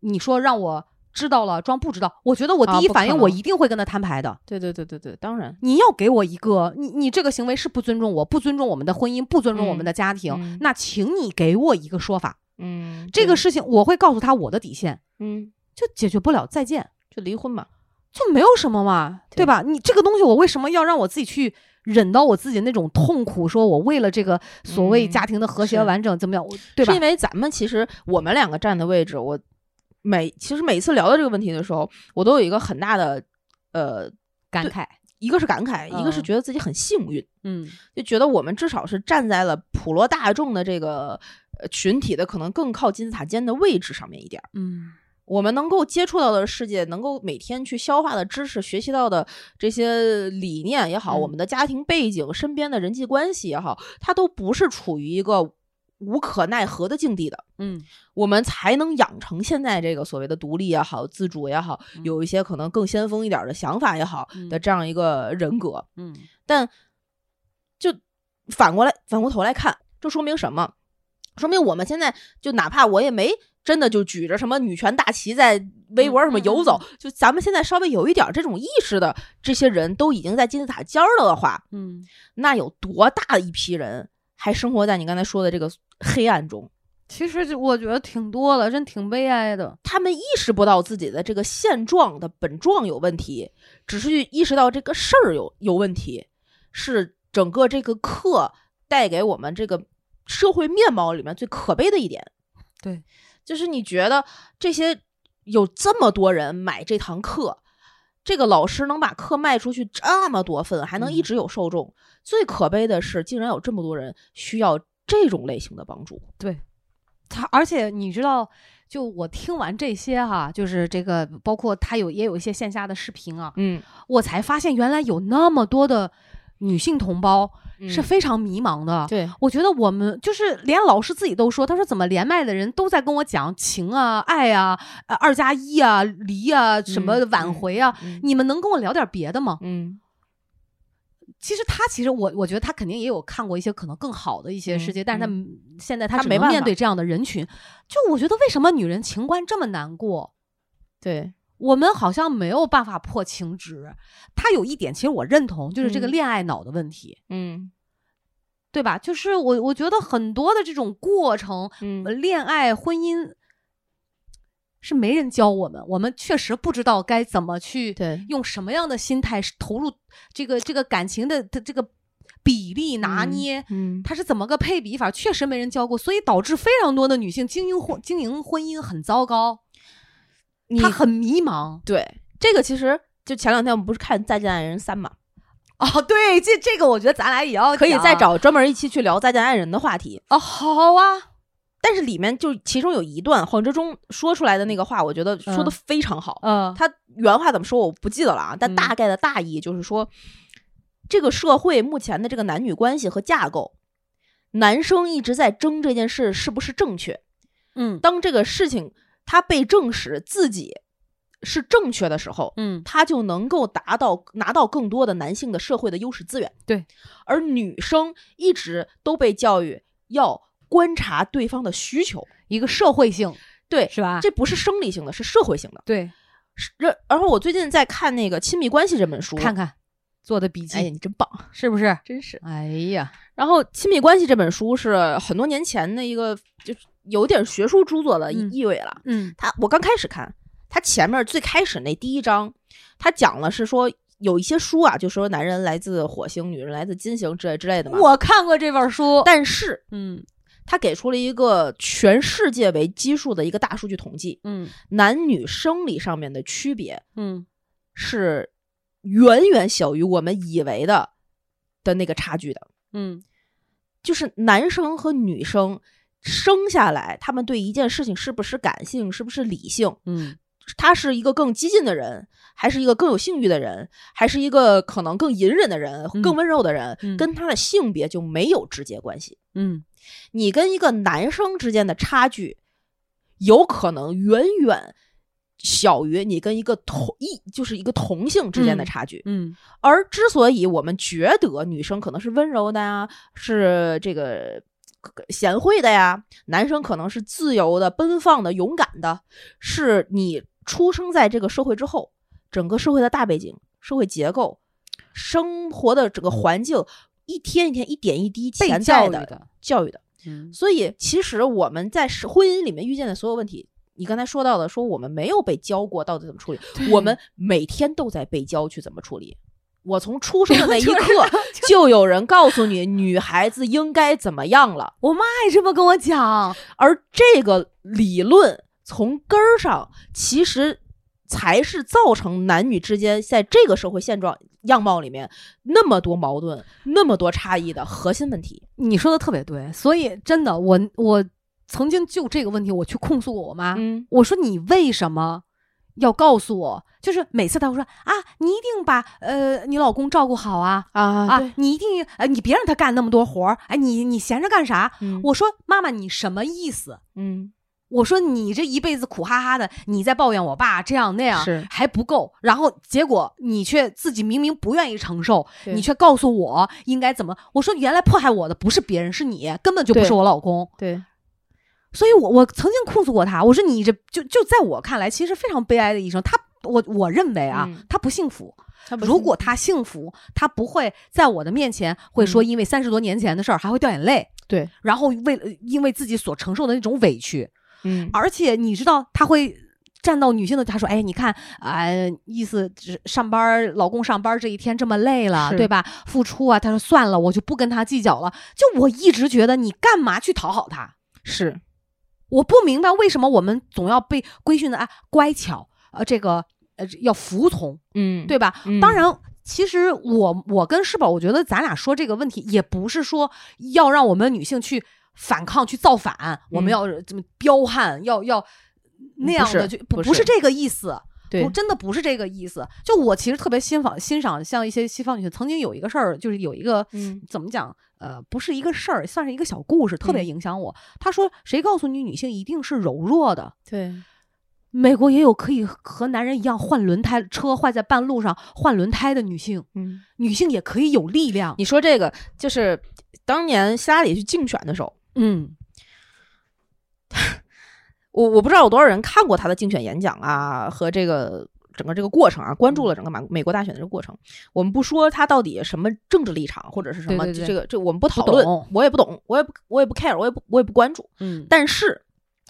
你说让我知道了装不知道，我觉得我第
啊
一
不
反
可
应我
能
一定会跟他摊牌的。
对对对对对，当然，
你要给我一个，你你这个行为是不尊重我，不尊重我们的婚姻，不尊重我
嗯
们的家庭。
嗯
那请你给我一个说法，
嗯，
这个
对
事情我会告诉他我的底线。
嗯，
就解决不了，再见，
就离婚嘛，
就没有什么嘛，对
对
吧？你这个东西，我为什么要让我自己去忍到我自己那种痛苦，说我为了这个所谓家庭的和谐
是
完整怎么样，我对吧
是因？为咱们其实我们两个站的位置，我每其实每次聊到这个问题的时候，我都有一个很大的呃，
感
对
慨，
一个是感慨，一个是
嗯
觉得自己很幸运，
嗯
就觉得我们至少是站在了普罗大众的这个呃群体的可能更靠金字塔尖的位置上面一点儿。
嗯
我们能够接触到的世界，能够每天去消化的知识、学习到的这些理念也好，
嗯
我们的家庭背景、身边的人际关系也好，它都不是处于一个无可奈何的境地的。
嗯
我们才能养成现在这个所谓的独立也好、自主也好，
嗯
有一些可能更先锋一点的想法也好
嗯
的这样一个人格。
嗯
但就反过来，反过头来看，这说明什么？说明我们现在就哪怕我也没真的就举着什么女权大旗在微博上面游走，就咱们现在稍微有一点这种意识的这些人都已经在金字塔尖儿了的话，
嗯，
那有多大的一批人还生活在你刚才说的这个黑暗中？
其实就我觉得挺多的，真挺悲哀的。
他们意识不到自己的这个现状的本状有问题，只是意识到这个事儿有有问题，是整个这个课带给我们这个社会面貌里面最可悲的一点。
对，
就是你觉得这些有这么多人买这堂课，这个老师能把课卖出去这么多份，还能一
嗯
直有受众，最可悲的是，竟然有这么多人需要这种类型的帮助。
他而且你知道，就我听完这些哈、就是这个包括他有也有一些线下的视频啊，
嗯，
我才发现原来有那么多的女性同胞
嗯
是非常迷茫的。
对，
我觉得我们就是连老师自己都说，他说怎么连麦的人都在跟我讲情啊、爱啊、呃二加一啊、离啊、什么
嗯
挽
嗯
回啊，
嗯
你们能跟我聊点别的吗？
嗯
其实他其实我我觉得他肯定也有看过一些可能更好的一些世界，
嗯
但是他现在他
他
只
没
能
办
面
法
对这样的人群，就我觉得为什么女人情关这么难过？
对。
我们好像没有办法破情执，他有一点其实我认同，就是这个
嗯
恋爱脑的问题，
嗯
对吧？就是我我觉得很多的这种过程，
嗯
呃恋爱、婚姻是没人教我们，我们确实不知道该怎么去
对
用什么样的心态是投入这个这个感情的的这个比例拿捏。
嗯
它是怎么个配比法？确实没人教过，所以导致非常多的女性经营婚经营婚姻很糟糕，
你
她很迷茫。
对这个其实就前两天我们不是看《再见爱人三》嘛，
哦，对，这这个我觉得咱俩也要
可以再
讲
找专门一期去聊《再见爱人》的话题。
哦，好啊，
但是里面就其中有一段黄执中说出来的那个话，我觉得说的
嗯
非常好。呃
嗯
他原话怎么说我不记得了啊，但
嗯
大概的大意就是说，这个社会目前的这个男女关系和架构，男生一直在争这件事是不是正确，
嗯
当这个事情它被证实自己是正确的时候，
嗯
他就能够达到拿到更多的男性的社会的优势资源。
对，
而女生一直都被教育要观察对方的需求，
一个社会性
对，
是吧？
这不是生理性的，是社会性的。
对，
是，然然后我最近在看那个《亲密关系》这本书，
看，看做的笔记、
哎呀，你真棒，
是不是？
真是。
哎呀，
<laughs> 然后《亲密关系》这本书是很多年前的一个，就是有点学术著作的意
嗯
意味了。
嗯
他我刚开始看，他前面最开始那第一章，他讲了是说有一些书啊，就说男人来自火星，女人来自金星之类之类的嘛。
我看过这本书，
但是
嗯
他给出了一个全世界为基数的一个大数据统计，
嗯
男女生理上面的区别
嗯
是远远小于我们以为的的那个差距的，
嗯
就是男生和女生。生下来，他们对一件事情是不是感性，是不是理性，
嗯
他是一个更激进的人，还是一个更有性欲的人，还是一个可能更隐忍的人、
嗯
更温柔的人，
嗯
跟他的性别就没有直接关系。
嗯
你跟一个男生之间的差距，有可能远远小于你跟一个同一就是一个同性之间的
嗯
差距。
嗯
而之所以我们觉得女生可能是温柔的呀，是这个呃贤惠的呀，男生可能是自由的、奔放的、勇敢的，是你出生在这个社会之后，整个社会的大背景、社会结构、生活的整个环境，一天一天、一点一滴
被
潜
教
在
育
的
的，
教育的。
嗯
所以，其实我们在是婚姻里面遇见的所有问题。你刚才说到的，说我们没有被教过到底怎么处理，我们每天都在被教去怎么处理。我从出生的 <laughs> 那一
就 <laughs>
刻啊就有人告诉你女孩子应该怎么样了，
我妈也这么跟我讲，
而这个理论从根儿上其实才是造成男女之间在这个社会现状样貌里面那么多矛盾、那么多差异的核心问题。
你说的特别对，所以真的，我我曾经就这个问题我去控诉过我妈，
嗯，
我说你为什么要告诉我？就是每次她会说啊，你一定把呃你老公照顾好啊
啊
啊，你一定呃你别让他干那么多活儿，哎你你闲着干啥？
嗯
我说妈妈你什么意思？
嗯
我说你这一辈子苦哈哈的，你在抱怨我爸这样那样
是
还不够，然后结果你却自己明明不愿意承受，
对
你却告诉我应该怎么。我说原来迫害我的不是别人，是你，根本就不
对
是我老公。
对
所以我我曾经控诉过他，我说你这就就在我看来，其实非常悲哀的一生。他我我认为啊，
嗯
他不幸福。
不
如
幸
果
福
他幸福，他不会在我的面前会说
嗯
因为三十多年前的事儿还会掉眼泪，
对
然后为了因为自己所承受的那种委屈，
嗯
而且你知道他会。站到女性的，他说：“哎，你看，啊、意思只上班儿，老公上班儿这一天这么累了，
是
对吧？付出啊，他说算了，我就不跟他计较了。就我一直觉得，你干嘛去讨好他？
是
我不明白为什么我们总要被规训的啊，乖巧，呃，这个呃要服从，
嗯
对吧？
嗯
当然，其实我我跟世宝，我觉得咱俩说这个问题，也不是说要让我们女性去反抗、去造反，我
嗯
们要怎么彪悍，要要那样的，
不是
就不
不
不是
是
这个意思。
对
不真的不是这个意思。就我其实特别欣赏欣赏像一些西方女性，曾经有一个事儿，就是有一个、
嗯
怎么讲，呃，不是一个事儿，算是一个小故事，特别
嗯
影响我。她说：“谁告诉你女性一定是柔弱的？”
对
美国也有可以和男人一样换轮胎，车坏在半路上换轮胎的女性，
嗯。
女性也可以有力量。
你说这个就是当年希拉里去竞选的时候，
嗯
我我不知道有多少人看过他的竞选演讲啊，和这个整个这个过程啊，关注了整个美美国大选的这个过程。我们不说他到底什么政治立场或者是什么
对对对
这个这个我们不讨论，
懂
我也不懂，我也不我也不 care，我也不我也不关注。
嗯
但是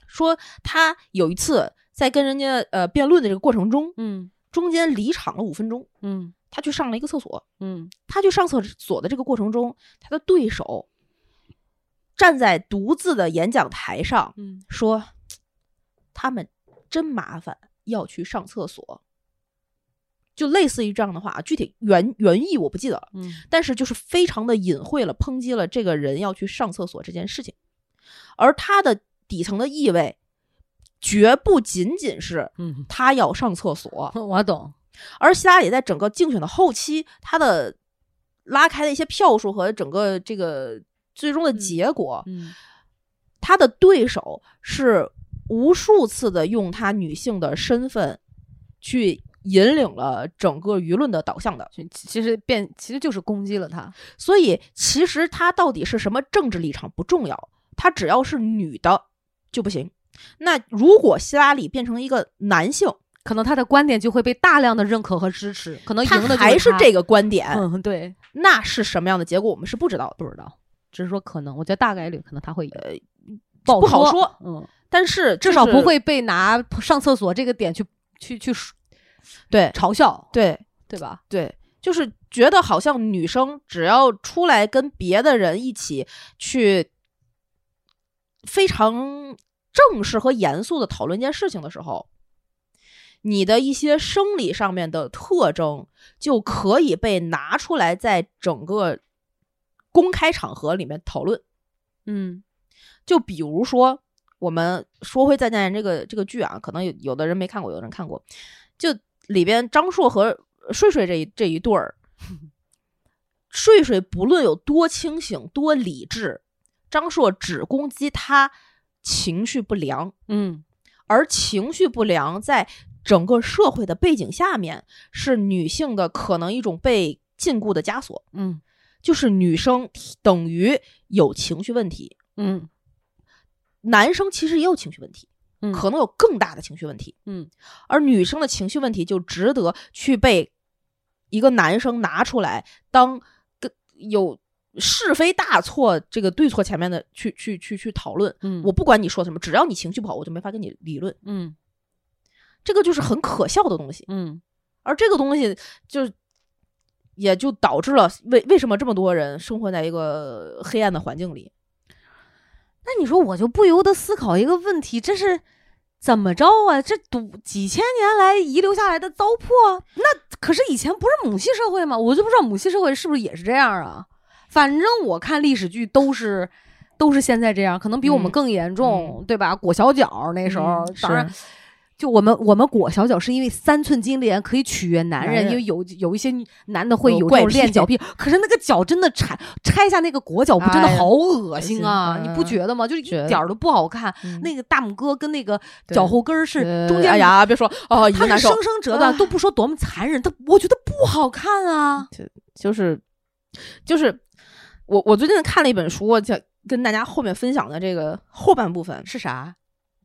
说他有一次在跟人家呃辩论的这个过程中，
嗯
中间离场了五分钟，
嗯
他去上了一个厕所，
嗯
他去上厕所的这个过程中，他的对手站在独自的演讲台上
嗯，
说：“他们真麻烦，要去上厕所。”就类似于这样的话，啊具体原原意我不记得了，
嗯
但是就是非常的隐晦了，抨击了这个人要去上厕所这件事情，而他的底层的意味，绝不仅仅是
嗯，
他要上厕所，
我懂。
而希拉里在整个竞选的后期，她的拉开的一些票数和整个这个最终的结果，
嗯
她的对手是无数次的用她女性的身份去引领了整个舆论的导向的。
其其实变其实就是攻击了他，
所以，其实她到底是什么政治立场不重要，她只要是女的就不行。那如果希拉里变成一个男性，
可能他的观点就会被大量的认可和支持，可能
他
赢的就
还
是
是
他
这个观点，
嗯，对，
那是什么样的结果，我们是不知道的。
不知道，只是说可能，我觉得大概率可能他会赢，
呃，
不
不好
说
说，
嗯，
但是
至少
就是
不会被拿上厕所这个点去去去
对
嘲笑，
对
对吧？
对，就是觉得好像女生只要出来跟别的人一起去非常正式和严肃的讨论一件事情的时候，你的一些生理上面的特征就可以被拿出来，在整个公开场合里面讨论。
嗯
就比如说，我们说回《再见爱人》这个这个剧啊，可能有有的人没看过，有的人看过。就里边张硕和睡睡这一这一对儿，睡睡不论有多清醒、多理智，张硕只攻击他情绪不良，
嗯
而情绪不良在整个社会的背景下面，是女性的可能一种被禁锢的枷锁，
嗯
就是女生等于有情绪问题。
嗯
男生其实也有情绪问题，
嗯
可能有更大的情绪问题，
嗯
而女生的情绪问题就值得去被一个男生拿出来当跟有是非大错这个对错前面的去去去去讨论。
嗯
我不管你说什么，只要你情绪不好，我就没法跟你理论。
嗯
这个就是很可笑的东西，
嗯
而这个东西就是也就导致了为为什么这么多人生活在一个黑暗的环境里。
那你说我就不由得思考一个问题，这是怎么着啊？这多几千年来遗留下来的糟粕，那可是以前不是母系社会吗？我就不知道母系社会是不是也是这样啊？反正我看历史剧都是。都是现在这样，可能比我
嗯
们更严重，对吧？裹小脚那时候，
嗯
当然
是
就我们我们裹小脚是因为三寸金莲可以取悦男人，
男人
因为有有一些女男的会
有
有这
怪
种
癖
练脚癖，可是那个脚真的拆拆下那个裹脚布真的
哎呀
好恶心啊！
恶心嗯
你不觉得吗？就一
觉得
点儿都不好看。
那
那个大拇哥跟那个
对
脚后跟儿是
是中
中
间，
间，
哎，呀，别说哦，一个
他
难
是
受，
生生折断，
啊
都不说多么残忍，他我觉得不好看啊。
就是就是我我最近看了一本书，叫跟大家后面分享的这个后半部分。
是啥？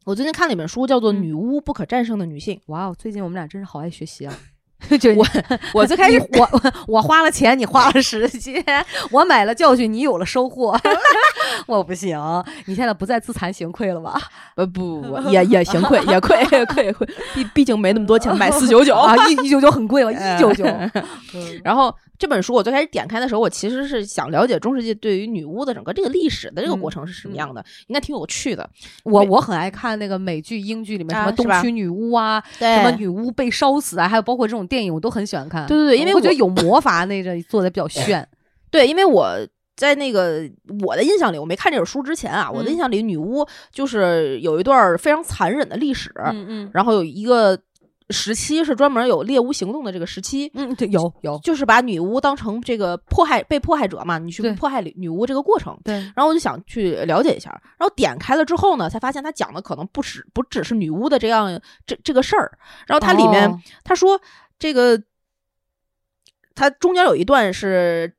我最近看了一本书，叫做《
嗯
女巫不可战胜的女性》。
哇哦，最近我们俩真是好爱学
<laughs>
习啊！ <laughs> 就是你
我我最开始
你我我我花了钱，你花了时间， <laughs> 我买了教训，你有了收
<laughs>
获，我不行，你现在不再自惭形愧了
<laughs>
吧？
呃不不不也也行愧也
<laughs>
愧也愧也愧，毕毕竟没那么多钱买四九九
啊，呃一一九九很贵吧？
哎
一九九， <laughs> 嗯
然后这本书我最开始点开的时候，我其实是想了解中世纪对于女巫的整个这个历史的这个
嗯
过程是什么样的，应该挺有趣的。
我我很爱看那个美剧、英剧里面什么
啊是
东
吧
区女巫啊，
对
什么女巫被烧死啊，还有包括这种电影，我都很喜欢看。
对对对因为
我觉
我
得有魔法那个做的比
<laughs>
较炫。
对，因为我在那个我的印象里，我没看这本书之前啊，我的
嗯
印象里女巫就是有一段非常残忍的历史，
嗯
然后有一个时期是专门有猎巫行动的这个时期。
嗯，对，有有，
就是把女巫当成这个迫害被迫害者嘛，你去
对
迫害女女巫这个过程，
对，
然后我就想去了解一下，然后点开了之后呢，才发现他讲的可能不只不只是女巫的这样这这个事儿，然后它里面、
哦
他说这个，他中间有一段是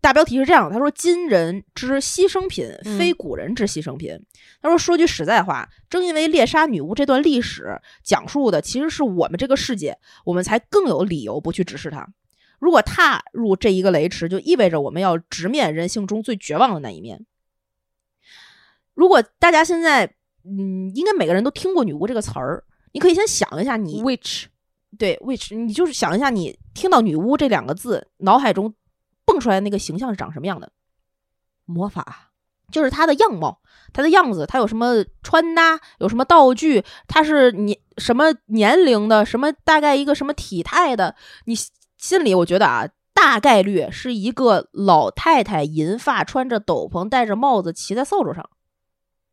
大标题是这样的，他说今人之牺牲品，
嗯
非古人之牺牲品。他说说句实在话，正因为猎杀女巫这段历史讲述的其实是我们这个世界，我们才更有理由不去直视它。如果踏入这一个雷池，就意味着我们要直面人性中最绝望的那一面。如果大家现在，嗯，应该每个人都听过“女巫”这个词儿，你可以先想一下你
witch
对，which 你就是想一下，你听到“女巫”这两个字，脑海中蹦出来那个形象是长什么样的？
魔法，
就是她的样貌，她的样子，她有什么穿搭，有什么道具，她是你什么年龄的，什么大概一个什么体态的，你心心里我觉得啊，大概率是一个老太太，银发，穿着斗篷，戴着帽子，骑在扫帚上。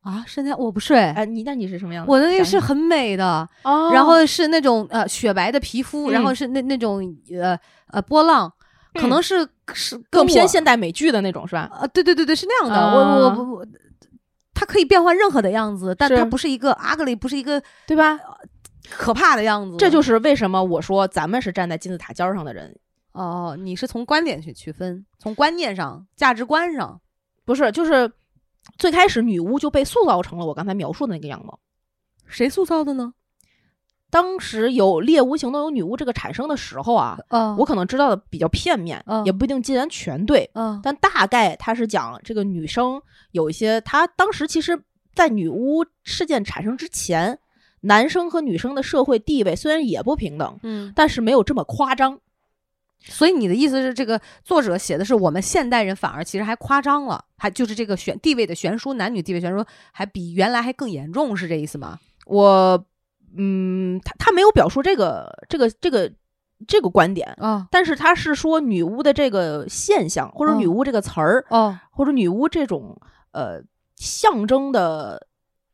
啊，身材我
<laughs>
不睡。
哎，你那你是什么样的？
我的那个
想
是
一
很美的，
想，哦
然后是那种呃雪白的皮肤，然后
嗯
是那那种呃呃波浪，可
嗯
能是是跟
更偏
我
现代美剧的那种是吧？
啊，对对对对，是那样的。
啊
我我我我，它可以变换任何的样子，但
是
它不是一个 ugly，不是一个
对吧？
可怕的样子。
这就是为什么我说咱们是站在金字塔尖儿上的人，
哦，你是从观点去区分，从观念上、价值观上。
不是，就是最开始女巫就被塑造成了我刚才描述的那个样貌。
谁塑造的呢？
当时有猎巫行动有女巫这个产生的时候啊，
啊，
我可能知道的比较片面，
嗯
也不一定尽然全对，
啊，
但大概它是讲这个女生有一些，她当时其实，在女巫事件产生之前，男生和女生的社会地位虽然也不平等，
嗯，
但是没有这么夸张。
所以你的意思是，这个作者写的是我们现代人反而其实还夸张了，还就是这个悬地位的悬殊，男女地位悬殊还比原来还更严重，是这意思吗？
我，嗯，他他没有表述这个这个这个这个观点，
啊
但是他是说女巫的这个现象，或者
嗯
女巫这个词儿，
哦
或者女巫这种呃象征的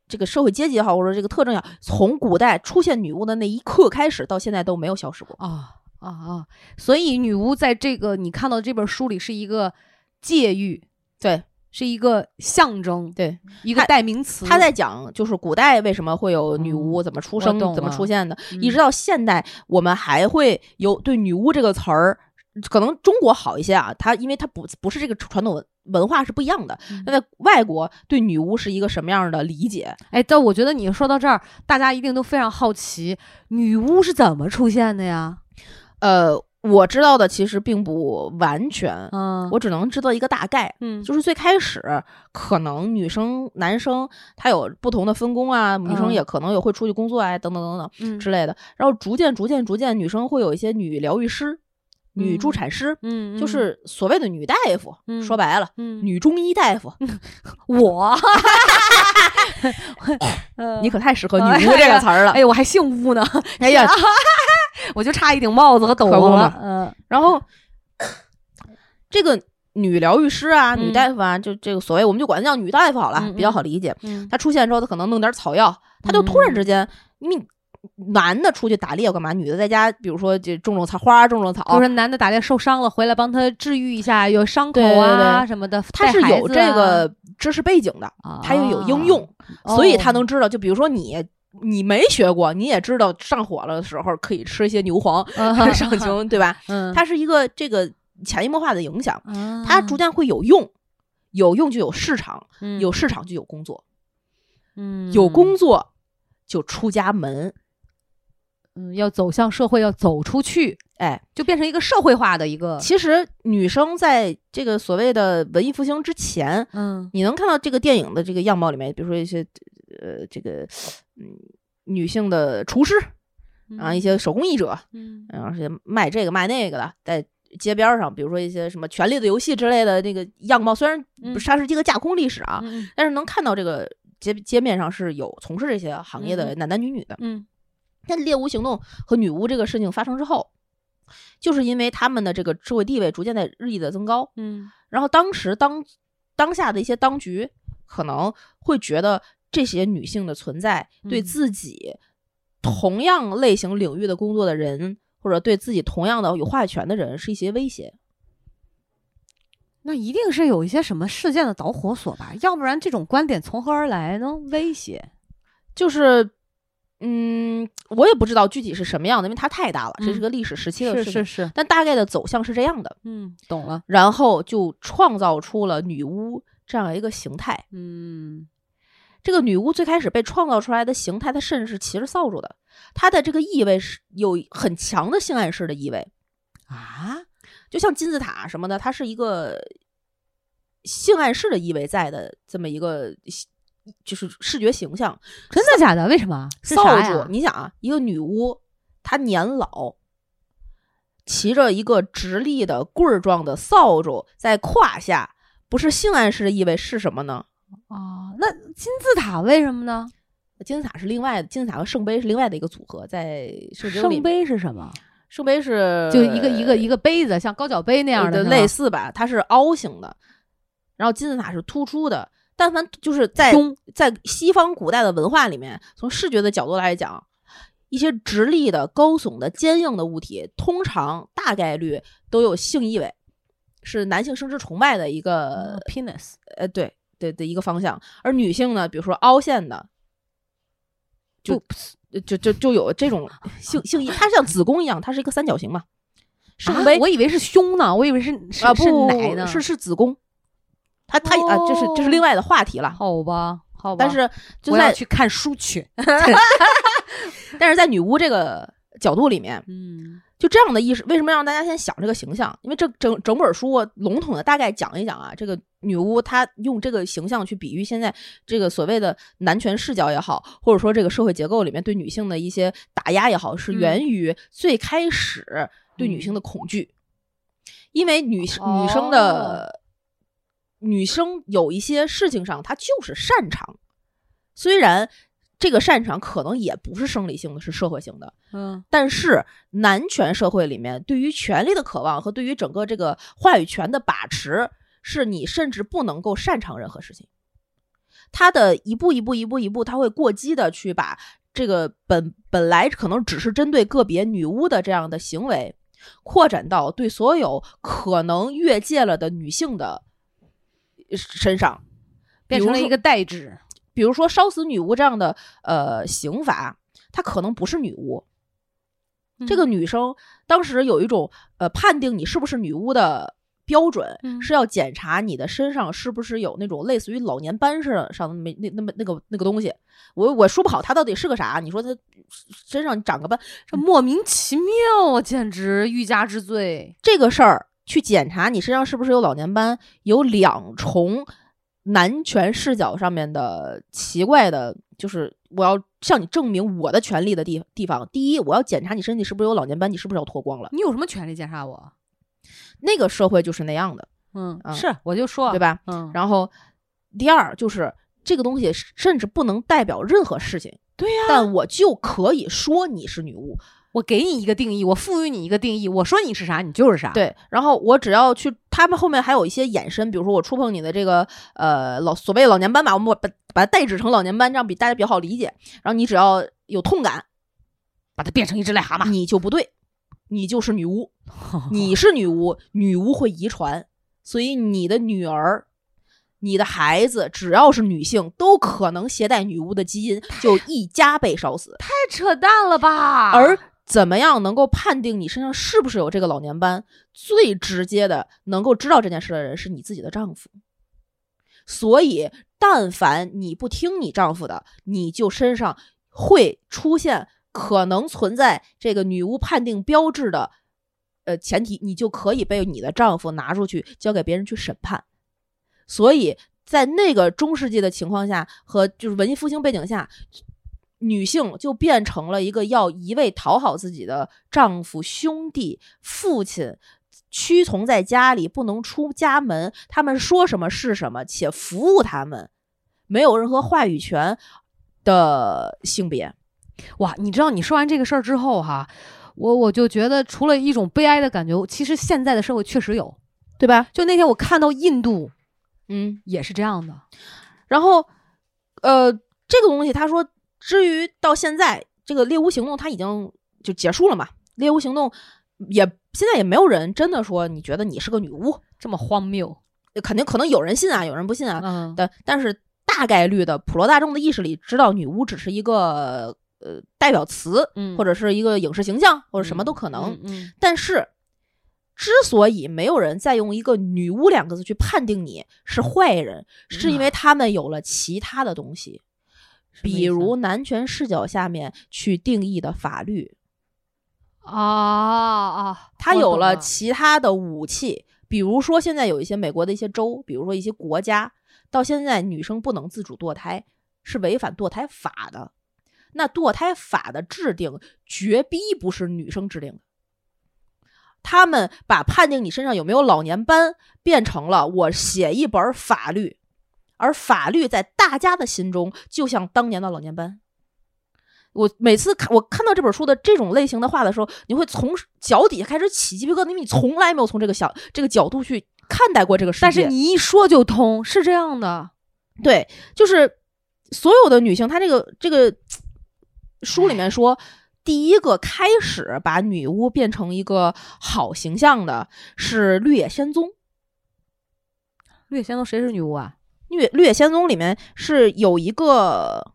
这个社会阶级也好，或者这个特征也好，从古代出现女巫的那一刻开始，到现在都没有消失过。
啊啊啊！所以女巫在这个你看到这本书里是一个借喻，
对，
是一个象征，
对，
一个
她
代名词。
他在讲就是古代为什么会有女巫，怎么出生
嗯我懂，了
怎么出现的，
嗯
一直到现代，我们还会有对女巫这个词儿。可能中国好一些啊，它因为它不不是这个传统文文化是不一样的。
嗯
那在外国对女巫是一个什么样的理解？
哎，但我觉得你说到这儿，大家一定都非常好奇，女巫是怎么出现的呀？
呃，我知道的其实并不完全，
嗯，
我只能知道一个大概。
嗯
就是最开始，可能女生、男生他有不同的分工啊，女生
嗯
也可能也会出去工作啊，等等等等
嗯
之类的。然后逐渐、逐渐、逐渐，女生会有一些女疗愈师，女助产师，
嗯，
就，是所谓的女大夫。
嗯
说白了，
嗯，
女中医大夫，
我，呃
<laughs> 你可太适合“女巫”这个词儿了。
<laughs> 哎，我啊还姓巫呢，
哎呀，
我就差一顶帽子和斗
可不
篷
嘛
了，嗯
然后 <coughs> 这个女疗愈师啊，
嗯
女大夫啊，就这个所谓我们就管她叫女大夫好了，
嗯嗯
比较好理解。
嗯，
她出现之后，她可能弄点草药，她就突然之间，你男的出去打猎干嘛？女的在家，比如说就种种草花、种种
就
草。
是男的打猎受伤了，回来帮他治愈一下，有伤口
对对
啊
对
什么的，
她
带
是
孩
有
子
这
啊，
个知识背景的，她又有应用，
啊，
所以她
哦
能知道。就比如说你，你没学过，你也知道上火了的时候可以吃一些牛黄 <laughs> 上行，对吧？
嗯，
它是一个这个潜移默化的影响。
啊
它逐渐会有用，有用就有市场，有市场就有工作，
嗯
有工作就出家门，
嗯要走向社会，要走出去，
哎，
就变成一个社会化的一个，
其实女生在这个所谓的文艺复兴之前，
嗯
你能看到这个电影的这个样貌里面，比如说一些呃这个嗯女性的厨师啊，一些手工艺者，
嗯
然后是卖这个卖那个的，在街边儿上，比如说一些什么《权力的游戏》之类的那个样貌，虽然
嗯
莎士比亚架空历史啊，
嗯
但是能看到这个街街面上是有从事这些行业的男男女女的。
嗯
但猎巫行动和女巫这个事情发生之后，就是因为他们的这个社会地位逐渐在日益的增高，
嗯
然后当时当当下的一些当局可能会觉得这些女性的存在
嗯
对自己同样类型领域的工作的人。或者对自己同样的有话语权的人是一些威胁，
那一定是有一些什么事件的导火索吧，要不然这种观点从何而来呢？威胁，
就是，嗯，我也不知道具体是什么样的，因为它太大了，这是
嗯
个历史时期的事
是
情。
是是，
但大概的走向是这样的，
嗯，懂了，
然后就创造出了女巫这样一个形态。
嗯
这个女巫最开始被创造出来的形态，它甚至是骑着扫帚的，它的这个意味是有很强的性暗示的意味，
啊，
就像金字塔什么的，它是一个性暗示的意味在的这么一个形就是视觉形象。
真的假的？为什么？是
扫
啥
帚，
呀
你想啊，一个女巫，她年老，骑着一个直立的棍儿状的扫帚在胯下，不是性暗示的意味是什么呢？
哦，那金字塔为什么呢？
金字塔是另外的，金字塔和圣杯是另外的一个组合，在圣经里
圣，杯是什么？
圣杯是
就一个一个一个杯子，像高脚杯那样的
的
是
呃类
吗
似吧，它是凹形的，然后金字塔是突出的。但凡就是在
胸
在西方古代的文化里面，从视觉的角度来讲，一些直立的、高耸的、坚硬的物体，通常大概率都有性意味，是男性生殖崇拜的一个
呃，penis
呃，对对的一个方向。而女性呢，比如说凹陷的，就就就就有这
<laughs>
种性性意，它像子宫一样，它是一个三角形嘛。圣杯
啊我以为是胸呢，我以为是是、
啊
是
不
奶呢，哦
是是子宫，它它、啊，这是这是另外的话题了。
好吧，好吧，
但是就
我要
在
去看书去。
但是在女巫这个角度里面，
嗯
就这样的意识，为什么让大家先想这个形象？因为这整整本书我笼统的大概讲一讲啊，这个女巫她用这个形象去比喻现在这个所谓的男权视角也好，或者说这个社会结构里面对女性的一些打压也好，是
嗯
源于最开始对女性的恐惧，因为女女生的、女生有一些事情上她就是擅长，虽然这个擅长可能也不是生理性的，是社会性的。
嗯
但是男权社会里面，对于权力的渴望和对于整个这个话语权的把持，是你甚至不能够擅长任何事情。他的一步一步一步一步，他会过激的去把这个本本来可能只是针对个别女巫的这样的行为，扩展到对所有可能越界了的女性的呃身上，
变成了一
个。
个代指。
比如说烧死女巫这样的呃刑罚，她可能不是女巫。这个女生当时有一种呃判定你是不是女巫的标准，
嗯
是要检查你的身上是不是有那种类似于老年斑似的上的那么那那么那个那个东西。我我说不好它到底是个啥，你说它身上长个斑
这莫名其妙啊，简直欲加之罪。
这个事儿，去检查你身上是不是有老年斑，有两重男权视角上面的奇怪的，就是我要向你证明我的权利的地地方。第一，我要检查你身体是不是有老年斑，你是不是要脱光了。
你有什么权利检查我？
那个社会就是那样的，
嗯，
啊
是，我就说，
对？吧？
嗯，
然后第二就是这个东西甚至不能代表任何事情，
对呀
但我就可以说你是女巫，
我给你一个定义，我赋予你一个定义，我说你是啥，你就是啥。，
对。然后我只要去，他们后面还有一些衍生，比如说我触碰你的这个呃老所谓的老年斑吧，我们把把它代指成老年斑，这样比大家比较好理解。然后你只要有痛感，
把它变成一只癞蛤蟆。
你就不对，你就是女巫，你是女巫，女巫会遗传，所以你的女儿。你的孩子只要是女性，都可能携带女巫的基因，就一家被烧死。
太扯淡了吧！
而怎么样能够判定你身上是不是有这个老年斑？最直接的，能够知道这件事的人是你自己的丈夫。所以，但凡你不听你丈夫的，你就身上会出现可能存在这个女巫判定标志的，呃，前提你就可以被你的丈夫拿出去交给别人去审判。所以在那个中世纪的情况下和就是文艺复兴背景下，女性就变成了一个要一味讨好自己的丈夫、兄弟、父亲，屈从在家里，不能出家门，他们说什么是什么，且服务他们，没有任何话语权的性别。
哇，你知道你说完这个事儿之后哈，我我就觉得除了一种悲哀的感觉，其实现在的社会确实有。
对吧？
就那天我看到印度
嗯，
也是这样的，
然后，呃，这个东西他说，至于到现在这个猎巫行动，它已经就结束了嘛？猎巫行动也现在也没有人真的说你觉得你是个女巫，
这么荒谬。
肯定可能有人信啊，有人不信啊，
嗯，
但但是大概率的普罗大众的意识里，知道女巫只是一个呃代表词，
嗯
或者是一个影视形象，或
或
者什么都可能。
嗯
但是，之所以没有人再用一个“女巫”两个字去判定你
嗯
是坏人，是因为他们有了其他的东西，
么意思啊
比如男权视角下面去定义的法律，
嗯啊啊，
它
我
有
懂
了其他的武器。比如说，现在有一些美国的一些州，比如说一些国家，到现在女生不能自主堕胎，是违反堕胎法的。那堕胎法的制定绝逼不是女生制定的，他们把判定你身上有没有老年斑变成了我写一本法律，而法律在大家的心中就像当年的老年斑。我每次看我看到这本书的这种类型的话的时候，你会从脚底下开始起鸡皮疙瘩，因为你从来没有从这个小这个角度去看待过这个世界。
但是你一说就通，是这样的。
对，就是所有的女性，她这个这个书里面说，第一个开始把女巫变成一个好形象的是《绿野仙踪》。《
绿野仙踪谁是女巫啊？
绿绿野仙踪》里面是有一个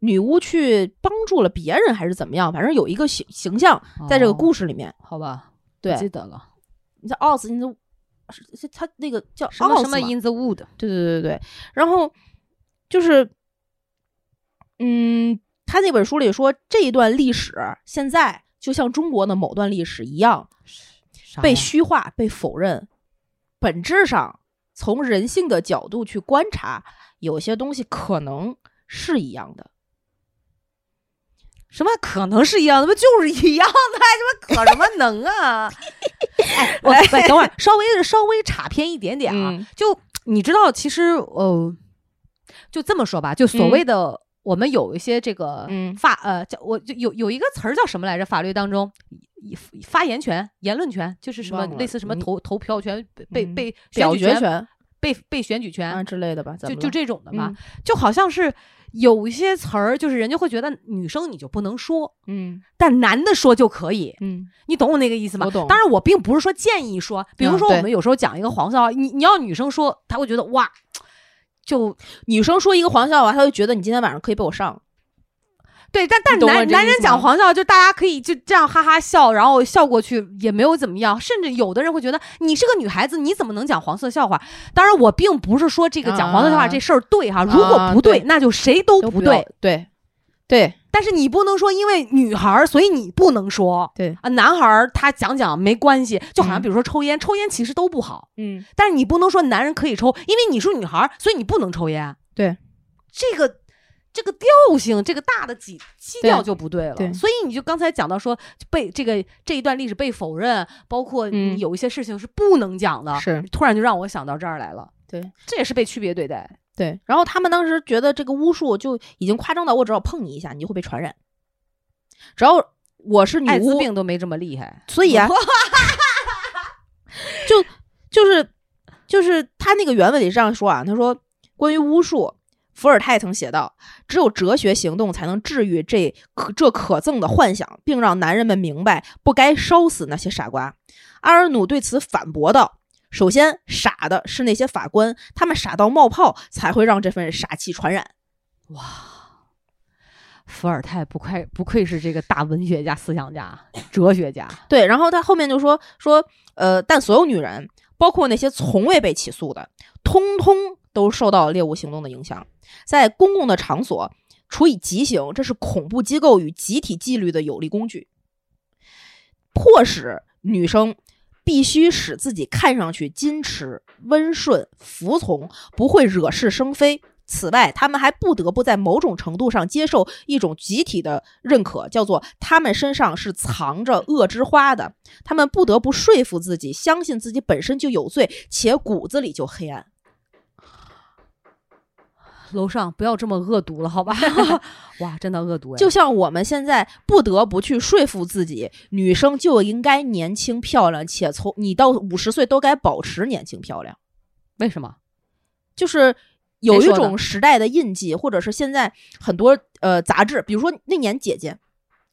女巫去帮助了别人，还是怎么样？反正有一个形形象在这个故
事，
事里面。
好吧，
对
不哦记得了，
你像奥斯，你这是他那个叫
什么
奥
什
斯
么
嘛
in the wood，
对对对对，然后就是，嗯，他那本书里说这一段历史现在就像中国的某段历史一样
啥
被
呀
虚化、被否认，本质上从人性的角度去观察，有些东西可能是一样的。
什么可能是一样的？不就是一样的？还哎他妈可什么能啊？ <laughs> 哎，我哎等会儿稍微稍微岔偏一点点啊，
嗯
就你知道，其实呃，就这么说吧，就所谓的、我们有一些这个
嗯
法呃，叫我就有有一个词儿叫什么来着？法律当中，以以发言权、言论权，就是什么
忘了
类似什么
嗯
投投票权、被被
嗯
被选
表
举
决
权、
权
被被选举权，
啊之类的吧，怎
就
么
就
了
这种的嘛，
嗯
就好像是有一些词儿，就是人家会觉得女生你就不能说，
嗯
但男的说就可以，
嗯
你懂我那个意思吗？
我懂
当然，我并不是说建议说，比如
嗯
说
对
我们有时候讲一个黄笑话，你你要女生说，她会觉得哇，就
女生说一个黄笑话，她就觉得你今天晚上可以被我上。
对，但但
你
是
懂我
男
这个
男人
意思
讲
吗
黄笑话，就大家可以就这样哈哈笑，然后笑过去也没有怎么样，甚至有的人会觉得你是个女孩子，你怎么能讲黄色笑话？当然，我并不是说这个讲黄色笑话
啊
这事儿对哈，如果
啊
不对，
对
那就谁都
都
不
不要
对。
对对
但是你不能说因为女孩儿，所以你不能说
对，
啊。男孩儿他讲讲没关系，就好像
嗯
比如说抽烟，抽烟其实都不好，
嗯，
但是你不能说男人可以抽，因为你是女孩儿，所以你不能抽烟。
对，
这个这个调性，这个大的基基
对
调就不对了。
对
所以你就刚才讲到说被这个这一段历史被否认，包括
嗯
你有一些事情是不能讲的，
是
突然就让我想到这儿来了。
对，
这也是被区别对待。
对，
然后他们当时觉得这个巫术就已经夸张到我只要碰你一下，你就会被传染。只要我是女
艾滋
巫，
病都没这么厉害，
所以啊，就就是就是他那个原文里这样说啊，他说关于巫术，伏尔泰曾写道：“只有哲学行动才能治愈这可这可憎的幻想，并让男人们明白不该烧死那些傻瓜。”阿尔努对此反驳道。首先，傻的是那些法官，他们傻到冒泡，才会让这份傻气传染。
伏尔泰不愧不愧是这个大文学家、思想家、哲学家。
对，然后他后面就说说，呃，但所有女人，包括那些从未被起诉的，通通都受到猎物行动的影响，在公共的场所处以极刑，这是恐怖机构与集体纪律的有力工具，迫使女生。必须使自己看上去矜持、温顺、服从，不会惹是生非。此外，他们还不得不在某种程度上接受一种集体的认可，叫做他们身上是藏着恶之花的。他们不得不说服自己，相信自己本身就有罪，且骨子里就黑暗。
楼上不要这么恶毒了，好吧？ <laughs> 哇，真的恶毒哎！
就像我们现在不得不去说服自己，女生就应该年轻漂亮，且从你到五十岁都该保持年轻漂亮。
为什么？
就是有一
谁说的
种时代的印记，或者是现在很多呃杂志，比如说那年《姐姐》《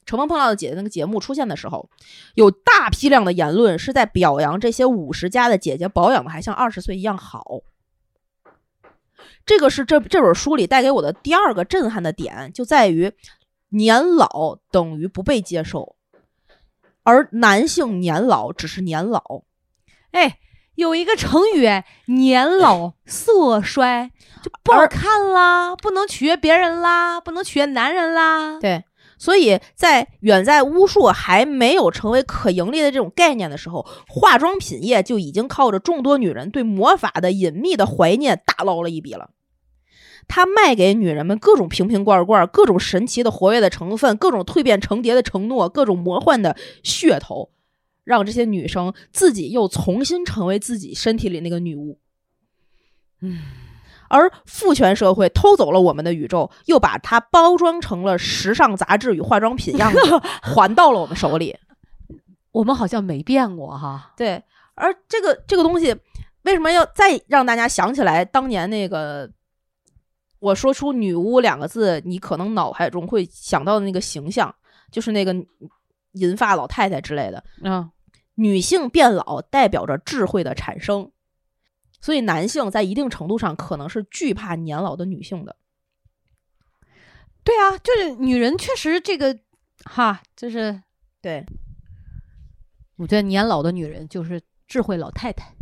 乘风破浪的姐姐》那个节目出现的时候，有大批量的言论是在表扬这些五十加的姐姐保养的还像二十岁一样好。这个是这这本书里带给我的第二个震撼的点，就在于年老等于不被接受，而男性年老只是年老。
哎，有一个成语哎，年老色衰，就不好
而
看啦，不能取悦别人啦，不能取悦男人啦。
对，所以在远在巫术还没有成为可盈利的这种概念的时候，化妆品业就已经靠着众多女人对魔法的隐秘的怀念大捞了一笔了。它卖给女人们各种瓶瓶罐罐、各种神奇的活跃的成分、各种蜕变成蝶的承诺、各种魔幻的噱头，让这些女生自己又重新成为自己身体里那个女巫。而父权社会偷走了我们的宇宙，又把它包装成了时尚杂志与化妆品样子， <laughs> 还到了我们手里。
我们好像没变过哈。
对，而这个这个东西为什么要再让大家想起来当年那个？我说出“女巫”两个字，你可能脑海中会想到的那个形象，就是那个银发老太太之类的。
嗯，
女性变老代表着智慧的产生，所以男性在一定程度上可能是惧怕年老的女性的。
对啊，就是女人确实这个哈，就是
对，
我觉得年老的女人就是智慧老太 <laughs> 太，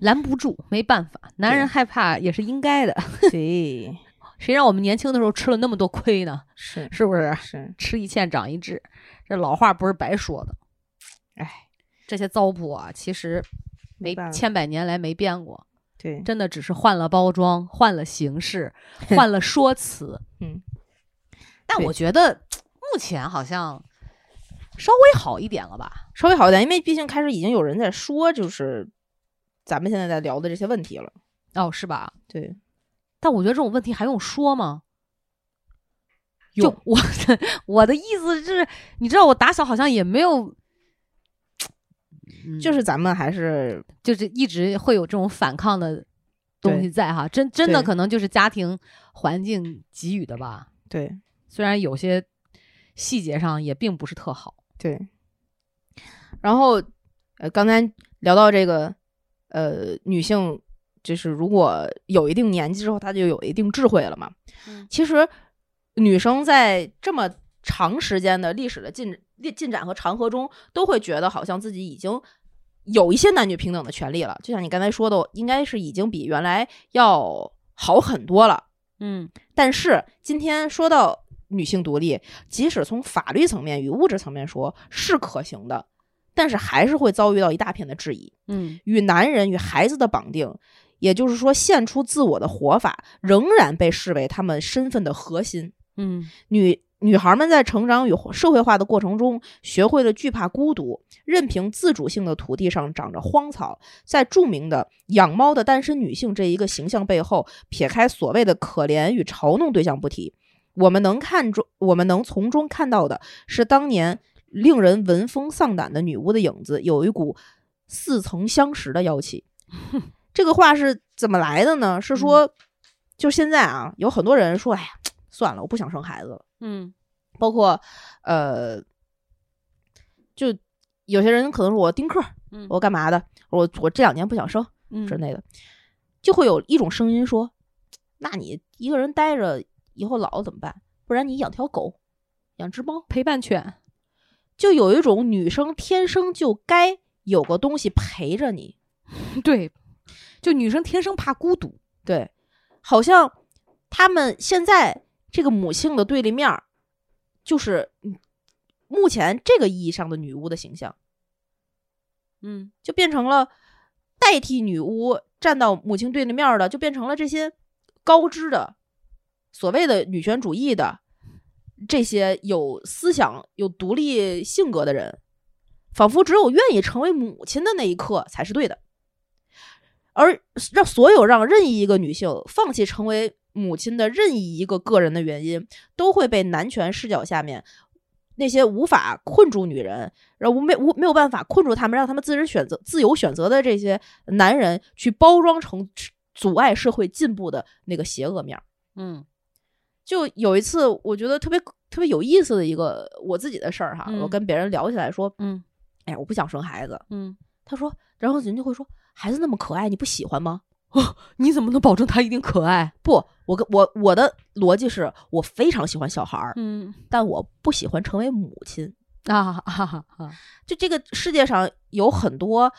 拦不住，没办法，男人害怕也是应该的。 <laughs>
对，
谁让我们年轻的时候吃了那么多亏呢？
是
是不是？
是，
吃一堑长一智，这老话不是白说的。哎，这些糟粕啊，其实没
办法
千百年来没变过，
对，
真的只是换了包装，换了
<laughs>
形式，换了说辞。
嗯，
但
对
我觉得目前好像稍微好一点了吧？
稍微好一点，因为毕竟开始已经有人在说，就是咱们现在在聊的这些问题了。
哦，是吧？
对，
但我觉得这种问题还用说吗？就
用
我的 <laughs> 我的意思是，你知道我打小好像也没有，嗯
就是咱们还是
就是一直会有这种反抗的东西在哈，真真的
对
可能就是家庭环境给予的吧。
对
虽然有些细节上也并不是特好，
对。然后，呃，刚才聊到这个，呃，女性就是如果有一定年纪之后，她就有一定智慧了嘛。
嗯
其实，女生在这么长时间的历史的进历进展和长河中，都会觉得好像自己已经有一些男女平等的权利了。就像你刚才说的，应该是已经比原来要好很多了。
嗯，
但是今天说到女性独立，即使从法律层面与物质层面说是可行的，但是还是会遭遇到一大片的质疑。
嗯，
与男人与孩子的绑定，也就是说献出自我的活法，仍然被视为他们身份的核心。
嗯
女女孩们在成长与社会化的过程中，学会了惧怕孤独，任凭自主性的土地上长着荒草。在著名的“养猫的单身女性”这一个形象背后，撇开所谓的可怜与嘲弄对象不提，我们能看中，我们能从中看到的是当年令人闻风丧胆的女巫的影子，有一股似曾相识的妖气。这个话是怎么来的呢？是说，就现在啊，有很多人说，哎呀，算了，我不想生孩子了。
嗯
包括呃，就有些人可能说我丁克，
嗯
我干嘛的，我我这两年不想生
嗯
之类的，就会有一种声音说，那你一个人待着以后老了怎么办？不然你养条狗，养只猫，
陪伴犬，
就有一种女生天生就该有个东西陪着你，
<laughs> 对，就女生天生怕孤独，
对，好像他们现在这个母性的对立面儿，就是嗯目前这个意义上的女巫的形象。
嗯
就变成了代替女巫站到母亲对立面儿的，就变成了这些高知的所谓的女权主义的这些有思想、有独立性格的人，仿佛只有愿意成为母亲的那一刻才是对的，而让所有让任意一个女性放弃成为母亲的任意一个个人的原因，都会被男权视角下面。那些无法困住女人，然后没无没有办法困住他们，让他们自己选择、自由选择的这些男人，去包装成阻碍社会进步的那个邪恶面儿。
嗯
就有一次，我觉得特别特别有意思的一个我自己的事儿哈，
嗯
我跟别人聊起来说，
嗯
哎呀，我不想生孩子。
嗯，
他说，然后人就会说，孩子那么可爱，你不喜欢吗？
你怎么能保证她一定可爱？
不，我跟我我的逻辑是我非常喜欢小孩儿，
嗯
但我不喜欢成为母亲。
啊啊啊，
就这个世界上有很多，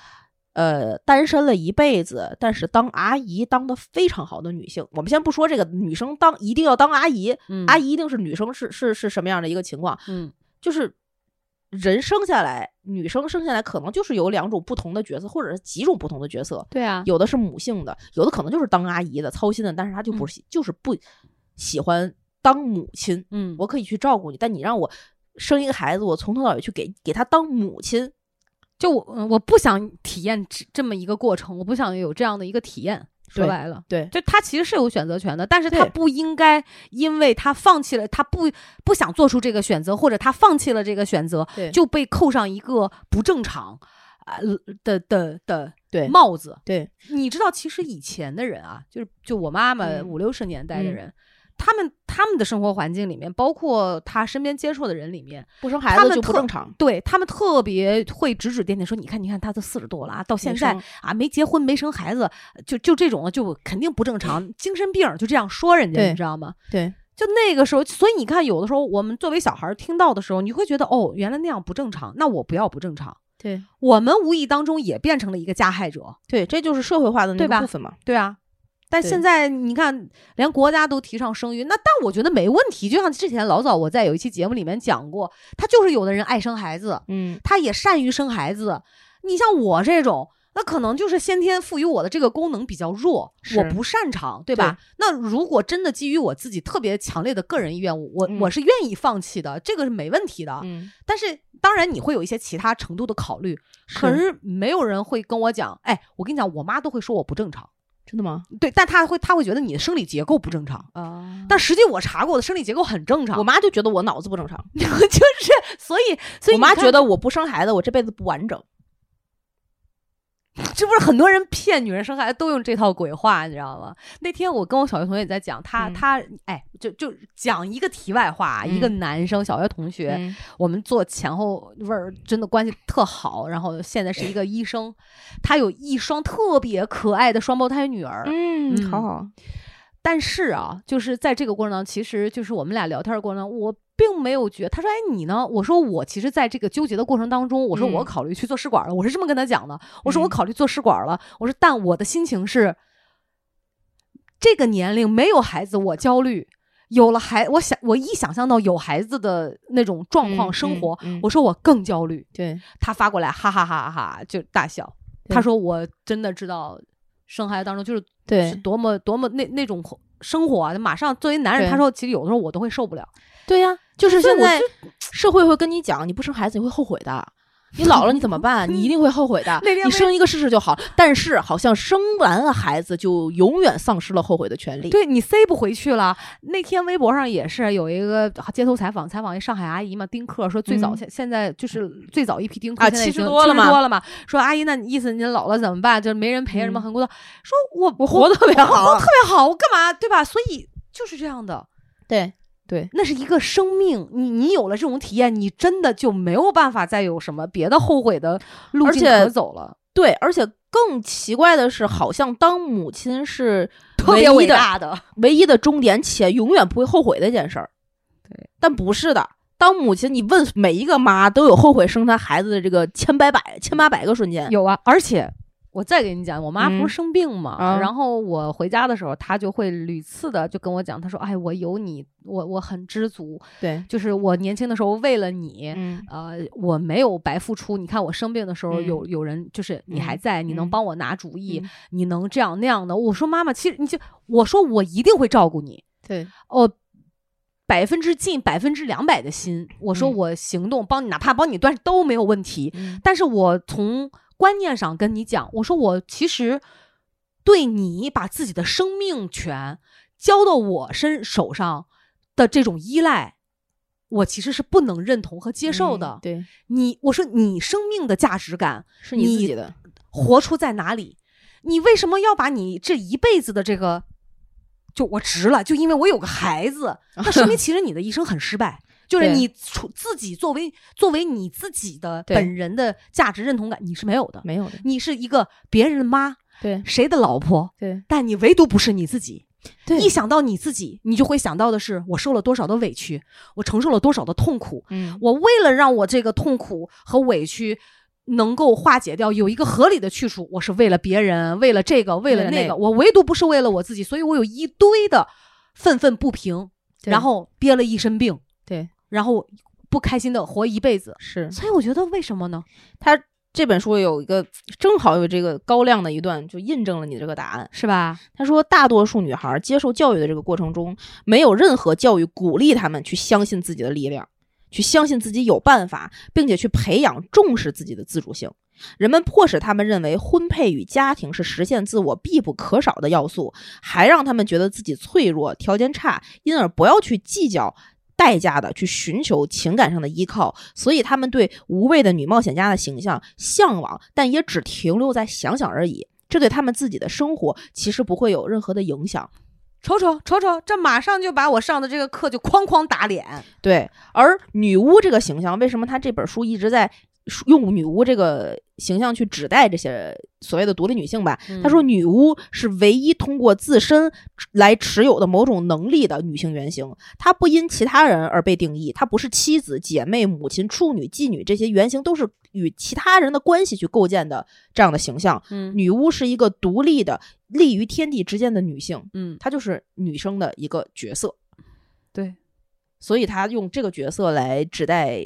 呃，单身了一辈子，但是当阿姨当的非常好的女性，我们先不说这个女生当一定要当阿姨，
嗯
阿，姨一定是女生是是是什么样的一个情况，
嗯
就是人生下来，女生生下来可能就是有两种不同的角色，或者是几种不同的角色，
对啊，
有的是母性的，有的可能就是当阿姨的操心的，但是她就不是喜、就是不喜欢当母亲，
嗯
我可以去照顾你，但你让我生一个孩子，我从头到尾去给给她当母亲。
就我嗯我不想体验这这么一个过程，我不想有这样的一个体验。说
对
白了，
对
就他其实是有选择权的，但是他
对
不应该因为他放弃了，他不不想做出这个选择，或者他放弃了这个选择，
对
就被扣上一个不正常啊、呃的的的
对
帽子。
对，
你知道，其实以前的人啊，就是就我妈妈
嗯
五六十年代的
嗯
人，他们他们的生活环境里面，包括他身边接触的人里面，
不生孩
他
子
们
就不
特
正常。
对他们特别会指指点点说，你看，你看，他都四十多了啊，到现在
生
啊没结婚没生孩子，就就这种就肯定不正常，精神病就这样说人家，
对
你知道吗？
对
就那个时候，所以你看，有的时候我们作为小孩儿听到的时候，你会觉得哦，原来那样不正常，那我不要不正常。
对
我们无意当中也变成了一个加害者，
对，这就是社会化的
对
那
吧
个部分嘛。
对啊。但
对
现在你看，连国家都提倡生育，那但我觉得没问题。就像之前老早我在有一期节目里面讲过，他就是有的人爱生孩子，
嗯，
他也善于生孩子。你像我这种，那可能就是先天赋予我的这个功能比较弱，
是
我不擅长，对吧？那如果真的基于我自己特别强烈的个人意愿，我我、
嗯
我是愿意放弃的，这个是没问题的。
嗯，
但是当然你会有一些其他程度的考虑，可
是
是没有人会跟我讲，哎，我跟你讲，我妈都会说我不正常，
真的吗？
对，但她会她会觉得你的生理结构不正常。
啊但
但实际我查过，我的生理结构很正常。
我妈就觉得我脑子不正常，
<laughs> 就是，所以，所以
我妈
你看
觉得我不生孩子，我这辈子不完整。
这不是很多人骗女人生孩子都用这套鬼话，你知道吗？那天我跟我小学同学也在讲，他、
嗯
他哎，就就讲一个题外话，
嗯
一个男生小学同学，
嗯
我们坐前后位儿真的关系特好，然后现在是一个医生，他有一双特别可爱的双胞胎女儿，嗯
嗯，好好，
但是啊，就是在这个过程当中，其实就是我们俩聊天的过程当中，我并没有觉得他说哎你呢？我说我其实在这个纠结的过程当中，我说
嗯
我考虑去做试管了，我是这么跟他讲的，我说
嗯
我考虑做试管了，我说但我的心情是，这个年龄没有孩子我焦虑，有了孩我想我一想象到有孩子的那种状况
嗯
生活，，
嗯嗯
我说我更焦虑，
对
他发过来，哈哈哈哈就大笑。
对
他说：“我真的知道生孩子当中就是是
对
多么多么那那种生活啊的，马上作为男人，
对
他说其实有的时候我都会受不了。
对呀、就是
所以
现
我
在社会会跟你讲，你不生孩子你会后悔 <laughs> 的，你老了你怎么办？你一定会后 <laughs> 悔的
那天。
你
为
生一个试试就好。但是好像生完了孩子就永远丧失了后悔的权利。
对你塞不回去了。那天微博上也是有一个啊街头采访，采访一上海阿姨嘛，丁克说最早
嗯
现、现在就是最早一批丁克
啊
现在已
70
经
多了嘛
70多了嘛。说阿姨，那你意思您老了怎么办？就是没人陪什
嗯
么很孤单。说我
<laughs>
我
活得特别好啊
我活得特别好，我干嘛对吧？所以就是这样的，
对对，
那是一个生命，你你有了这种体验，你真的就没有办法再有什么别的后悔的路
而
径
且
可走了。
对，而且更奇怪的是，好像当母亲是 <laughs>
特别
唯
伟
一的
大的，
唯一的终点，且永远不会后悔的一件事儿。对，但不是的。当母亲，你问每一个妈都有后悔生她孩子的这个千百百、千八百个瞬间。
<laughs> 有啊，而且我再给你讲，我妈不
嗯
是生病嘛，
啊
然后我回家的时候，她就会屡次的就跟我讲，她说：“哎，我有你，我我很知足，
对，
就是我年轻的时候为了你。
嗯，
呃，我没有白付出。你看我生病的时候，
嗯
有有人就是你还
嗯
在，你能
嗯
帮我拿主意，
嗯
你能这样那样的。我说妈妈，其实你就我说我一定会照顾你，
对，
哦，百分之近百分之两百的心。我说
嗯
我行动帮你，哪怕帮你断都没有问题。但是我从观念上跟你讲，我说我其实对你把自己的生命权交到我身手上的这种依赖，我其实是不能认同和接受
嗯
的。
对，
你，我说你生命的价值感
是
你
你自己的。
活出在哪里？你为什么要把你这一辈子的这个，就我值了，就因为我有个孩
<laughs>
子，那说明其实你的一生很失败。就是
对
你处自己作为作为你自己的
对
本人的价值认同感，你是没有的。
没有的，
你是一个别人的妈，
对
谁的老婆，
对嗯
但你唯独不是你自己。
对
一想到你自己，你就会想到的是我受了多少的委屈，我承受了多少的痛苦，
嗯，
我为了让我这个痛苦和委屈能够化解掉，有一个合理的去处，我是为了别人，为了这个，为
了
了那
那
个，
个
我唯独不是为了我自己，所以我有一堆的愤愤不平，
对
然后憋了一身病，
对
然后不开心的活一辈子。
是
所以我觉得为什么呢？
他这本书有一个正好有这个高亮的一段，就印证了你这个答案。
是吧？
他说，大多数女孩接受教育的这个过程中，没有任何教育鼓励她们去相信自己的力量，去相信自己有办法，并且去培养重视自己的自主性。人们迫使她们认为婚配与家庭是实现自我必不可少的要素，还让她们觉得自己脆弱、条件差，因而不要去计较。代价的去寻求情感上的依靠，所以她们对无畏的女冒险家的形象向往，但也只停留在想想而已。这对她们自己的生活其实不会有任何的影响。
瞅瞅瞅瞅，这马上就把我上的这个课就哐哐打脸。
对，而女巫这个形象，为什么她这本书一直在用女巫这个形象去指代这些所谓的独立女性吧？
嗯
她说，女巫是唯一通过自身来持有的某种能力的女性原型，她不因其他人而被定义，她不是妻子、姐妹、母亲、处女、妓女这些原型，都是与其他人的关系去构建的这样的形象。
嗯
女巫是一个独立的、立于天地之间的女性，
嗯，
她就是女生的一个角色。
对，
所以他用这个角色来指代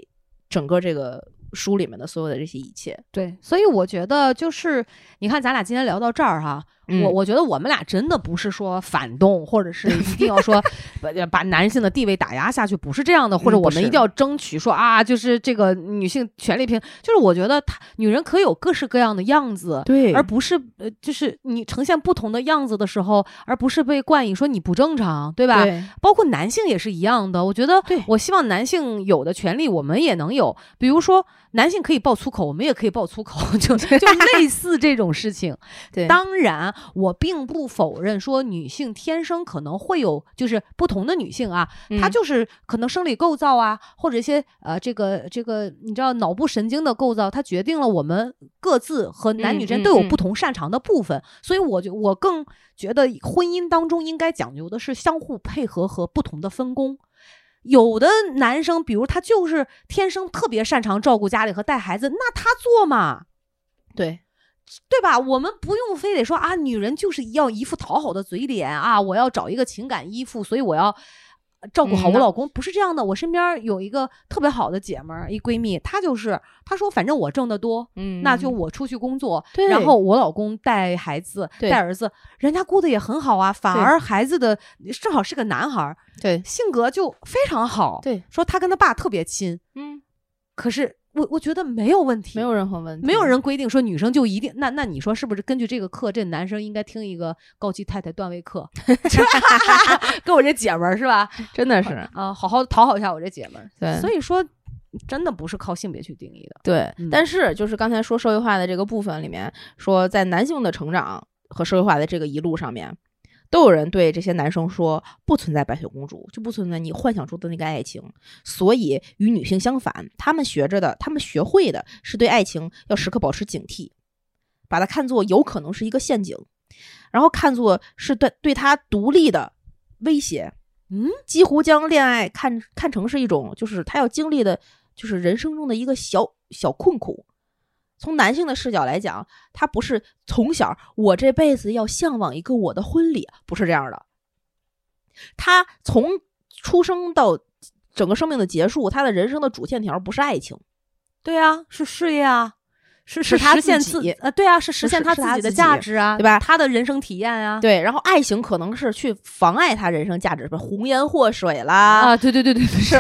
整个这个书里面的所有的这些一切。
对，所以我觉得就是，你看咱俩今天聊到这儿哈，
嗯
我我觉得我们俩真的不是说反动，或者是一定
<laughs>
要说把把男性的地位打压下去，不是这样的，或者
嗯不
我们一
是
定要争取说啊，就是这个女性权利平，就是我觉得她女人可以有各式各样的样子。
对
而不是呃，就是你呈现不同的样子的时候，而不是被冠以说你不正常，对吧？
对
包括男性也是一样的。我觉得
对，
我希望男性有的权利我们也能有，比如说男性可以爆粗口，我们也可以爆粗口，
<laughs>
就就类似这种事情。
对
当然，我并不否认说女性天生可能会有，就是不同的女性啊，
嗯
她就是可能生理构造啊，或者一些呃这个这个你知道脑部神经的构造，它决定了我们各自和男女之间
嗯
都有
嗯
不同擅长的部分。所以我就我更觉得婚姻当中应该讲究的是相互配合和不同的分工。有的男生，比如他就是天生特别擅长照顾家里和带孩子，那他做嘛，
对
对吧？我们不用非得说啊，女人就是要一副讨好的嘴脸啊，我要找一个情感依附，所以我要照顾好
嗯
我
呐
老公，不是这样的。我身边有一个特别好的姐们儿，一闺蜜，她就是她说，反正我挣得多，
嗯
那就我出去工作，
对
然后我老公带孩子、
对
带儿子，人家过得也很好啊。反
对
而孩子的正好是个男孩儿，
对
性格就非常好。，
对，
说他跟他爸特别亲，
嗯，
可是我我觉得没有问题，
没有任何问题，
没有人规定说女生就一定那那你说是不是？根据这个课，这男生应该听一个高级太太段位 <laughs> 课，跟我这姐们儿是吧？
真的是
啊，好好讨好一下我这姐们儿。
对
所以说真的不是靠性别去定义的。
对
嗯。
但是就是刚才说社会化的这个部分里面，说在男性的成长和社会化的这个一路上面。都有人对这些男生说，不存在白雪公主，就不存在你幻想中的那个爱情。所以与女性相反，他们学着的，他们学会的是对爱情要时刻保持警惕，把它看作有可能是一个陷阱，然后看作是对对他独立的威胁。
嗯，
几乎将恋爱看看成是一种，就是他要经历的，就是人生中的一个小小困苦。从男性的视角来讲，他不是从小我这辈子要向往一个我的婚礼，不是这样的。他从出生到整个生命的结束，他的人生的主线条不是爱情，
对啊，是事业啊，是
是他
实现
自
自
己
呃，对啊，是实现
是
他
是
自
他
己的
自己
价值啊，
对吧
他的人生体验啊，
对。然后爱情可能是去妨碍他人生价值，什么红颜祸水啦，
啊，对对对对对，是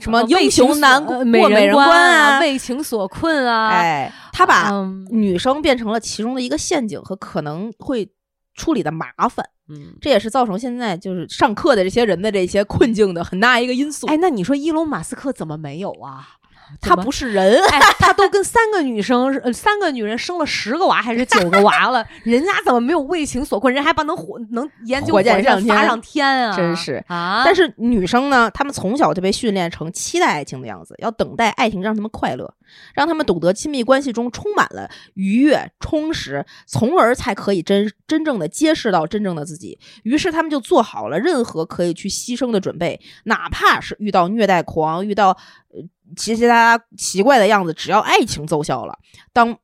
什么
为
英
情所
雄难
呃
过
美
美人
关
关啊，
为情所困啊，，
哎，他把
嗯
女生变成了其中的一个陷阱和可能会处理的麻烦，
嗯，
这也是造成现在就是上课的这些人的这些困境的很大一个因素。
哎，那你说伊隆马斯克怎么没有啊？
他
怎么
不。是人，啊
<laughs> 哎，他都跟三个女生，呃三个女人生了十个娃还是九个娃了，人家怎么没有为情所困？人还把能火能研究
火箭
上
上
发
天
上天
<laughs>
啊！
真是
啊！
但是女生呢，她们从小就被训练成期待爱情的样子，要等待爱情让她们快乐，让她们懂得亲密关系中充满了愉悦、充实，从而才可以真真正的揭示到真正的自己。于是她们就做好了任何可以去牺牲的准备，哪怕是遇到虐待狂，遇到呃奇奇葩葩奇怪的样子，只要爱情奏效了，当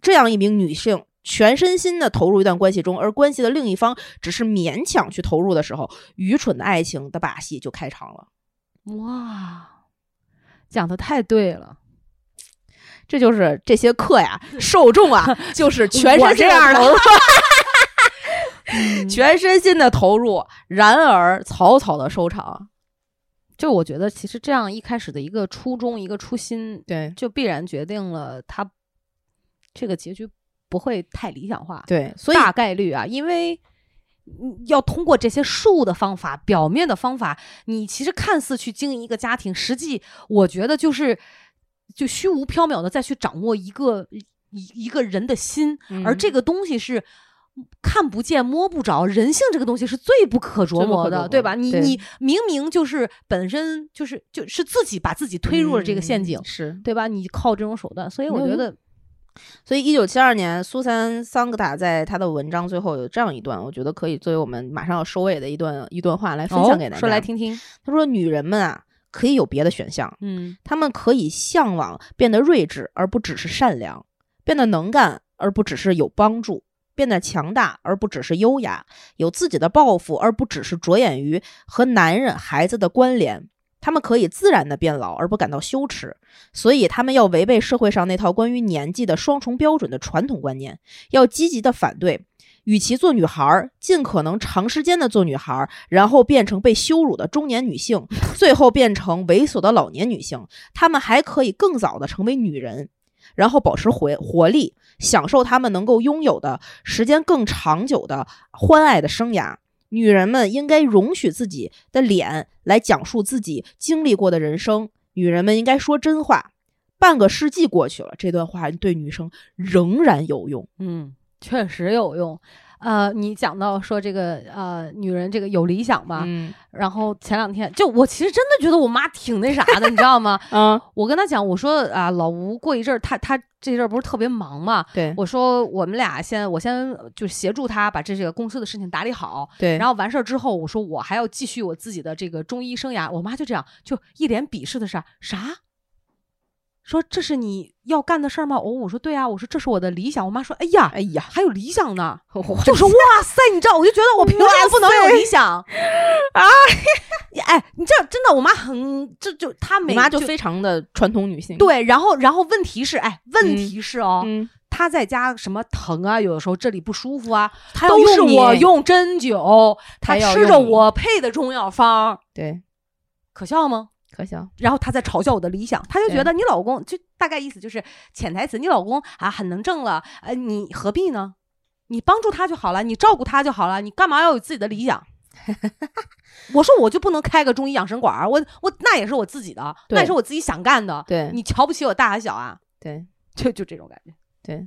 这样一名女性。全身心的投入一段关系中，而关系的另一方只是勉强去投入的时候，愚蠢的爱情的把戏就开场了。
哇，讲的太对了。
这就是这些课
<laughs>
呀，受众啊，就是全
我
身
这
心
样
的
的
投入， <laughs>
嗯
全身心的投入。然而，草草的收场。
就我觉得，其实这样一开始的一个初衷、一个初心，
对
就必然决定了他这个结局不会太理想化。
对，所以
大概率啊，因为嗯要通过这些术的方法、表面的方法，你其实看似去经营一个家庭，实际我觉得就是就虚无缥缈的再去掌握一个一一个人的心，而这
个
个东西是。看不见、摸不着，人性这个东西是最不可琢
最不可
磨
琢
的，
磨
对吧？
的
你
对
你明明就是本身就是就是自己把自己推入了这个陷阱，
是。
对吧？你靠这种手段，所以我
没有
觉
用
得
所以，一九七二年，苏珊·桑格塔在她的文章最后有这样一段，我觉得可以作为我们马上要收尾的一段一段话来分享给大
哦
家。
说来，听听，
她说：“女人们啊，可以有别的选项。”
嗯
他们可以向往变得睿智，而不只是善良；变得能干，而不只是有帮助；变得强大，而不只是优雅；有自己的抱负，而不只是着眼于和男人、孩子的关联。他们可以自然的变老而不感到羞耻，所以他们要违背社会上那套关于年纪的双重标准的传统观念，要积极的反对。与其做女孩儿，尽可能长时间的做女孩儿，然后变成被羞辱的中年女性，最后变成猥琐的老年女性。她们还可以更早的成为女人，然后保持活活力，享受她们能够拥有的时间更长久的欢爱的生涯。女人们应该容许自己的脸来讲述自己经历过的人生。女人们应该说真话。半个世纪过去了，这段话对女生仍然有用。
嗯，确实有用。呃，你讲到说这个呃，女人这个有理想吧，
嗯
然后前两天就我其实真的觉得我妈挺那啥的，你知道吗？ <laughs>
啊，
我跟她讲，我说啊，老吴过一阵儿，他他这阵儿不是特别忙嘛，
对
我说我们俩先我先就协助他把这这个公司的事情打理好，
对，
然后完事儿之后，我说我还要继续我自己的这个中医生涯。我妈就这样，就一脸鄙视的啥啥，说这是你要干的事儿吗？哦，我说对啊，我说这是我的理想。我妈说，哎呀，
哎呀，
还有理想呢，
<laughs> 我 <laughs>
就是哇塞，你知道，我就觉得我凭什么不能有理想啊？哎，你这真的，我妈很这就她每
你妈
就
就非常的传统女性，，
对，然后然后问题是，哎，问题是哦，
嗯，
她在家什么疼啊，有的时候这里不舒服啊，
她要
都是
用你
我，用针灸，她
她要
吃
用
着
你
我配的中药方，
对，
可笑吗？
可笑，
然后她在嘲笑我的理想，她就觉
对
得你老公就大概意思就是潜台词，你老公啊很能挣了，呃，你何必呢？你帮助他就好了，你照顾他就好了，你干嘛要有自己的理想？ <laughs> 我说我就不能开个中医养生馆儿，我我那也是我自己的，那也
对
是我自己想干的。
对
你瞧不起我大还小啊？ <laughs>
对
就就这种感觉。
对。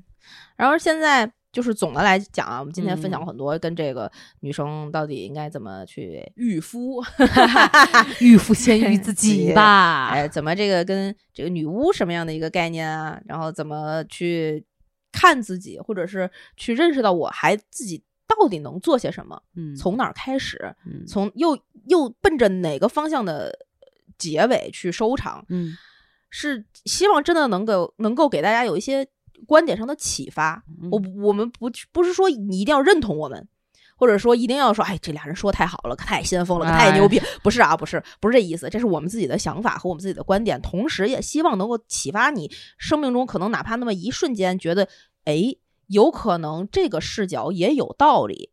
然后现在就是总的来讲啊，我们今天分享
嗯
了很多跟这个女生到底应该怎么去御夫，
<laughs> 欲夫先
御自己
吧
<laughs> <laughs> 哎，怎么这个跟这个女巫什么样的一个概念啊？然后怎么去看自己，或者是去认识到我还自己到底能做些什么，
嗯
从哪儿开始，
嗯
从又又奔着哪个方向的结尾去收场，
嗯
是希望真的能够能够给大家有一些观点上的启发。
嗯
我不我们不去不是说你一定要认同我们，或者说一定要说，哎，这俩人说太好了，可太先锋了，可太
哎
牛逼，不是啊，不是，不是这意思，这是我们自己的想法和我们自己的观点，同时也希望能够启发你生命中可能哪怕那么一瞬间觉得，哎，有可能这个视角也有道理，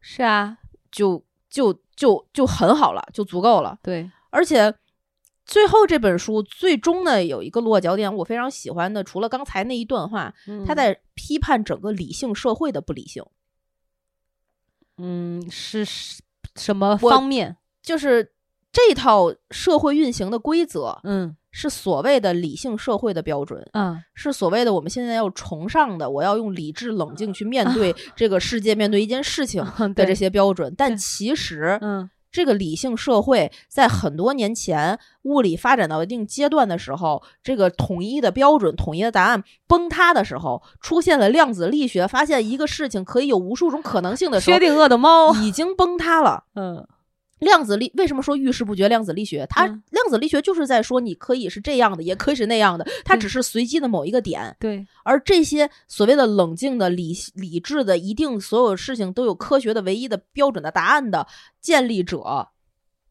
是啊，
就就就就很好了，就足够了。
对，
而且最后这本书最终呢有一个落脚点，我非常喜欢的，除了刚才那一段话，他在批判整个理性社会的不理性，
嗯是是什么
我
方面？
就是这套社会运行的规则
嗯
是所谓的理性社会的标准，
嗯
是所谓的我们现在要崇尚的，我要用理智冷静去面对这个世界， <laughs> 面对一件事情的这
啊嗯对
些标准。但
对
其实，
嗯
这个理性社会在很多年前物理发展到一定阶段的时候，这个统一的标准、统一的答案崩塌的时候，出现了量子力学，发现一个事情可以有无数种可能性的时
薛
候，
定谔的猫，
已经崩塌了。
嗯
哦量子力为什么说遇事不决？量子力学，它
嗯
量子力学就是在说你可以是这样的，也可以是那样的，它
对
只是随机的某一个点。
对，
而这些所谓的冷静的、理理智的、一定所有事情都有科学的唯一的标准的答案的建立者，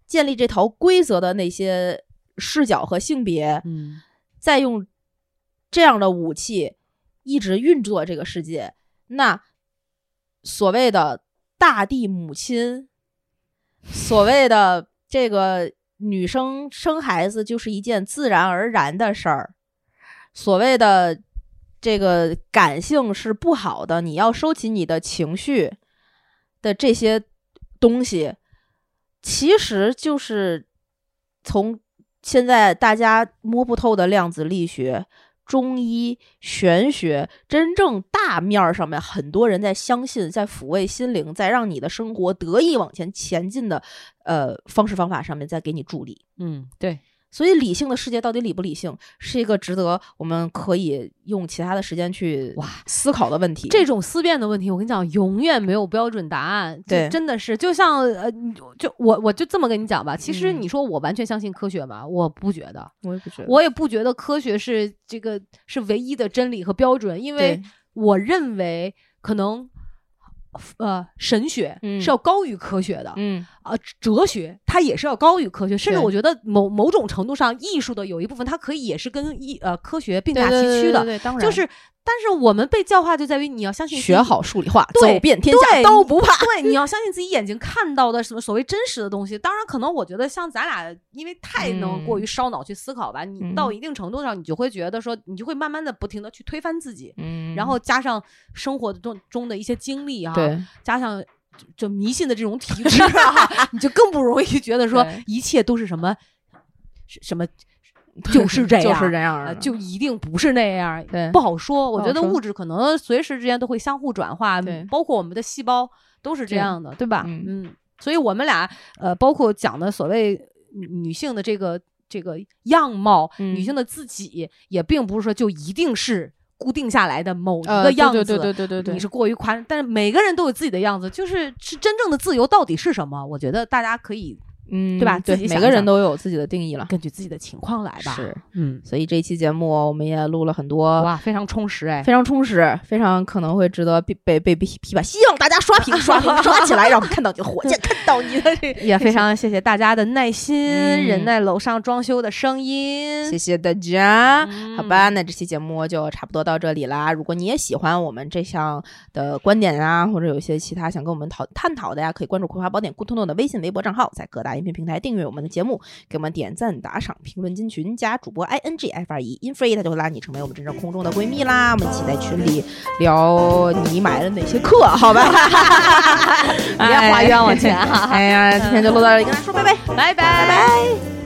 建立这套规则的那些视角和性别，
嗯
再用这样的武器一直运作这个世界，那所谓的大地母亲，所谓的这个女生生孩子就是一件自然而然的事儿，所谓的这个感性是不好的，你要收起你的情绪的这些东西，其实就是从现在大家摸不透的量子力学、中医、玄学，真正大面儿上面，很多人在相信，在抚慰心灵，在让你的生活得以往前前进的呃方式方法上面，在给你助力。
嗯对，
所以，理性的世界到底理不理性，是一个值得我们可以用其他的时间去
哇
思考的问题。
这种思辨的问题，我跟你讲，永远没有标准答案。这
对
真的是就像呃，你就我我就这么跟你讲吧。其实
嗯
你说我完全相信科学吗？我不觉得，
我也不觉得，
我也不觉得科学是这个是唯一的真理和标准，因为
对
我认为可能。呃，神学
嗯
是要高于科学的啊、
嗯，
哲学它也是要高于科学，甚至
对
我觉得某某种程度上，艺术的有一部分它可以也是跟艺呃科学并
对
驾齐驱的，
对对对当然
就是，但是我们被教化就在于你要相信自己
学好数理化，
对
走遍天下
对
都不怕。
对，你要相信自己眼睛看到的什么所谓真实的东西。当然，可能我觉得像咱俩，因为太能
嗯
过于烧脑去思考吧，你
嗯
到一定程度上，你就会觉得说，你就会慢慢的不停的去推翻自己，
嗯
然后加上生活中中的一些经历啊，
对，
加上就就迷信的这种体质啊， <laughs> 你就更不容易觉得说
对
一切都是什么是什么
<laughs>
就是这样，
就是这样
呃
儿的，
就一定不是那样，
对
不好说。我
不
觉
好
得
说
物质可能随时之间都会相互转化
对，
包括我们的细胞都是这
对
样的，对吧？
嗯
嗯，所以我们俩呃，包括讲的所谓女女性的这个这个样貌，
嗯
女性的自己也并不是说就一定是固定下来的某一
呃
个样子。
对对对对对对，
你是过于夸张，但是每个人都有自己的样子，就是是真正的自由到底是什么？我觉得大家可以
嗯，
对吧
对
自己，想
每个
一
人
想
都有自己的定义了。
根据自己的情况来吧。
是，
嗯，
所以这期节目我们也录了很多
哇，非常充实哎。
非常充实，非常可能会值得被被被被批判。希望大家刷屏刷屏刷起来，让我们看到你的火
<laughs>
箭，看到你的这。
也非常谢谢大家的耐心，
嗯
忍耐楼上装修的声音。
谢谢大家。
嗯
好吧，那这期节目就差不多到这里啦。如果你也喜欢我们这项的观点啊，或者有一些其他想跟我们讨探讨的呀，可以关注《葵花宝典》顾彤彤的微信、微博账号，在各大音频平台订阅我们的节目，给我们点赞、打赏、评论、进群，加主播 i n g f r e in free，他就会拉你成为我们真正空中的闺蜜啦。我们一起在群里聊你买了哪些课，好 <laughs> 吧？ <laughs>
别花冤枉钱哈
啊哎哎呀，今天就录到这里，跟大家说拜拜，
嗯拜
拜
拜
拜。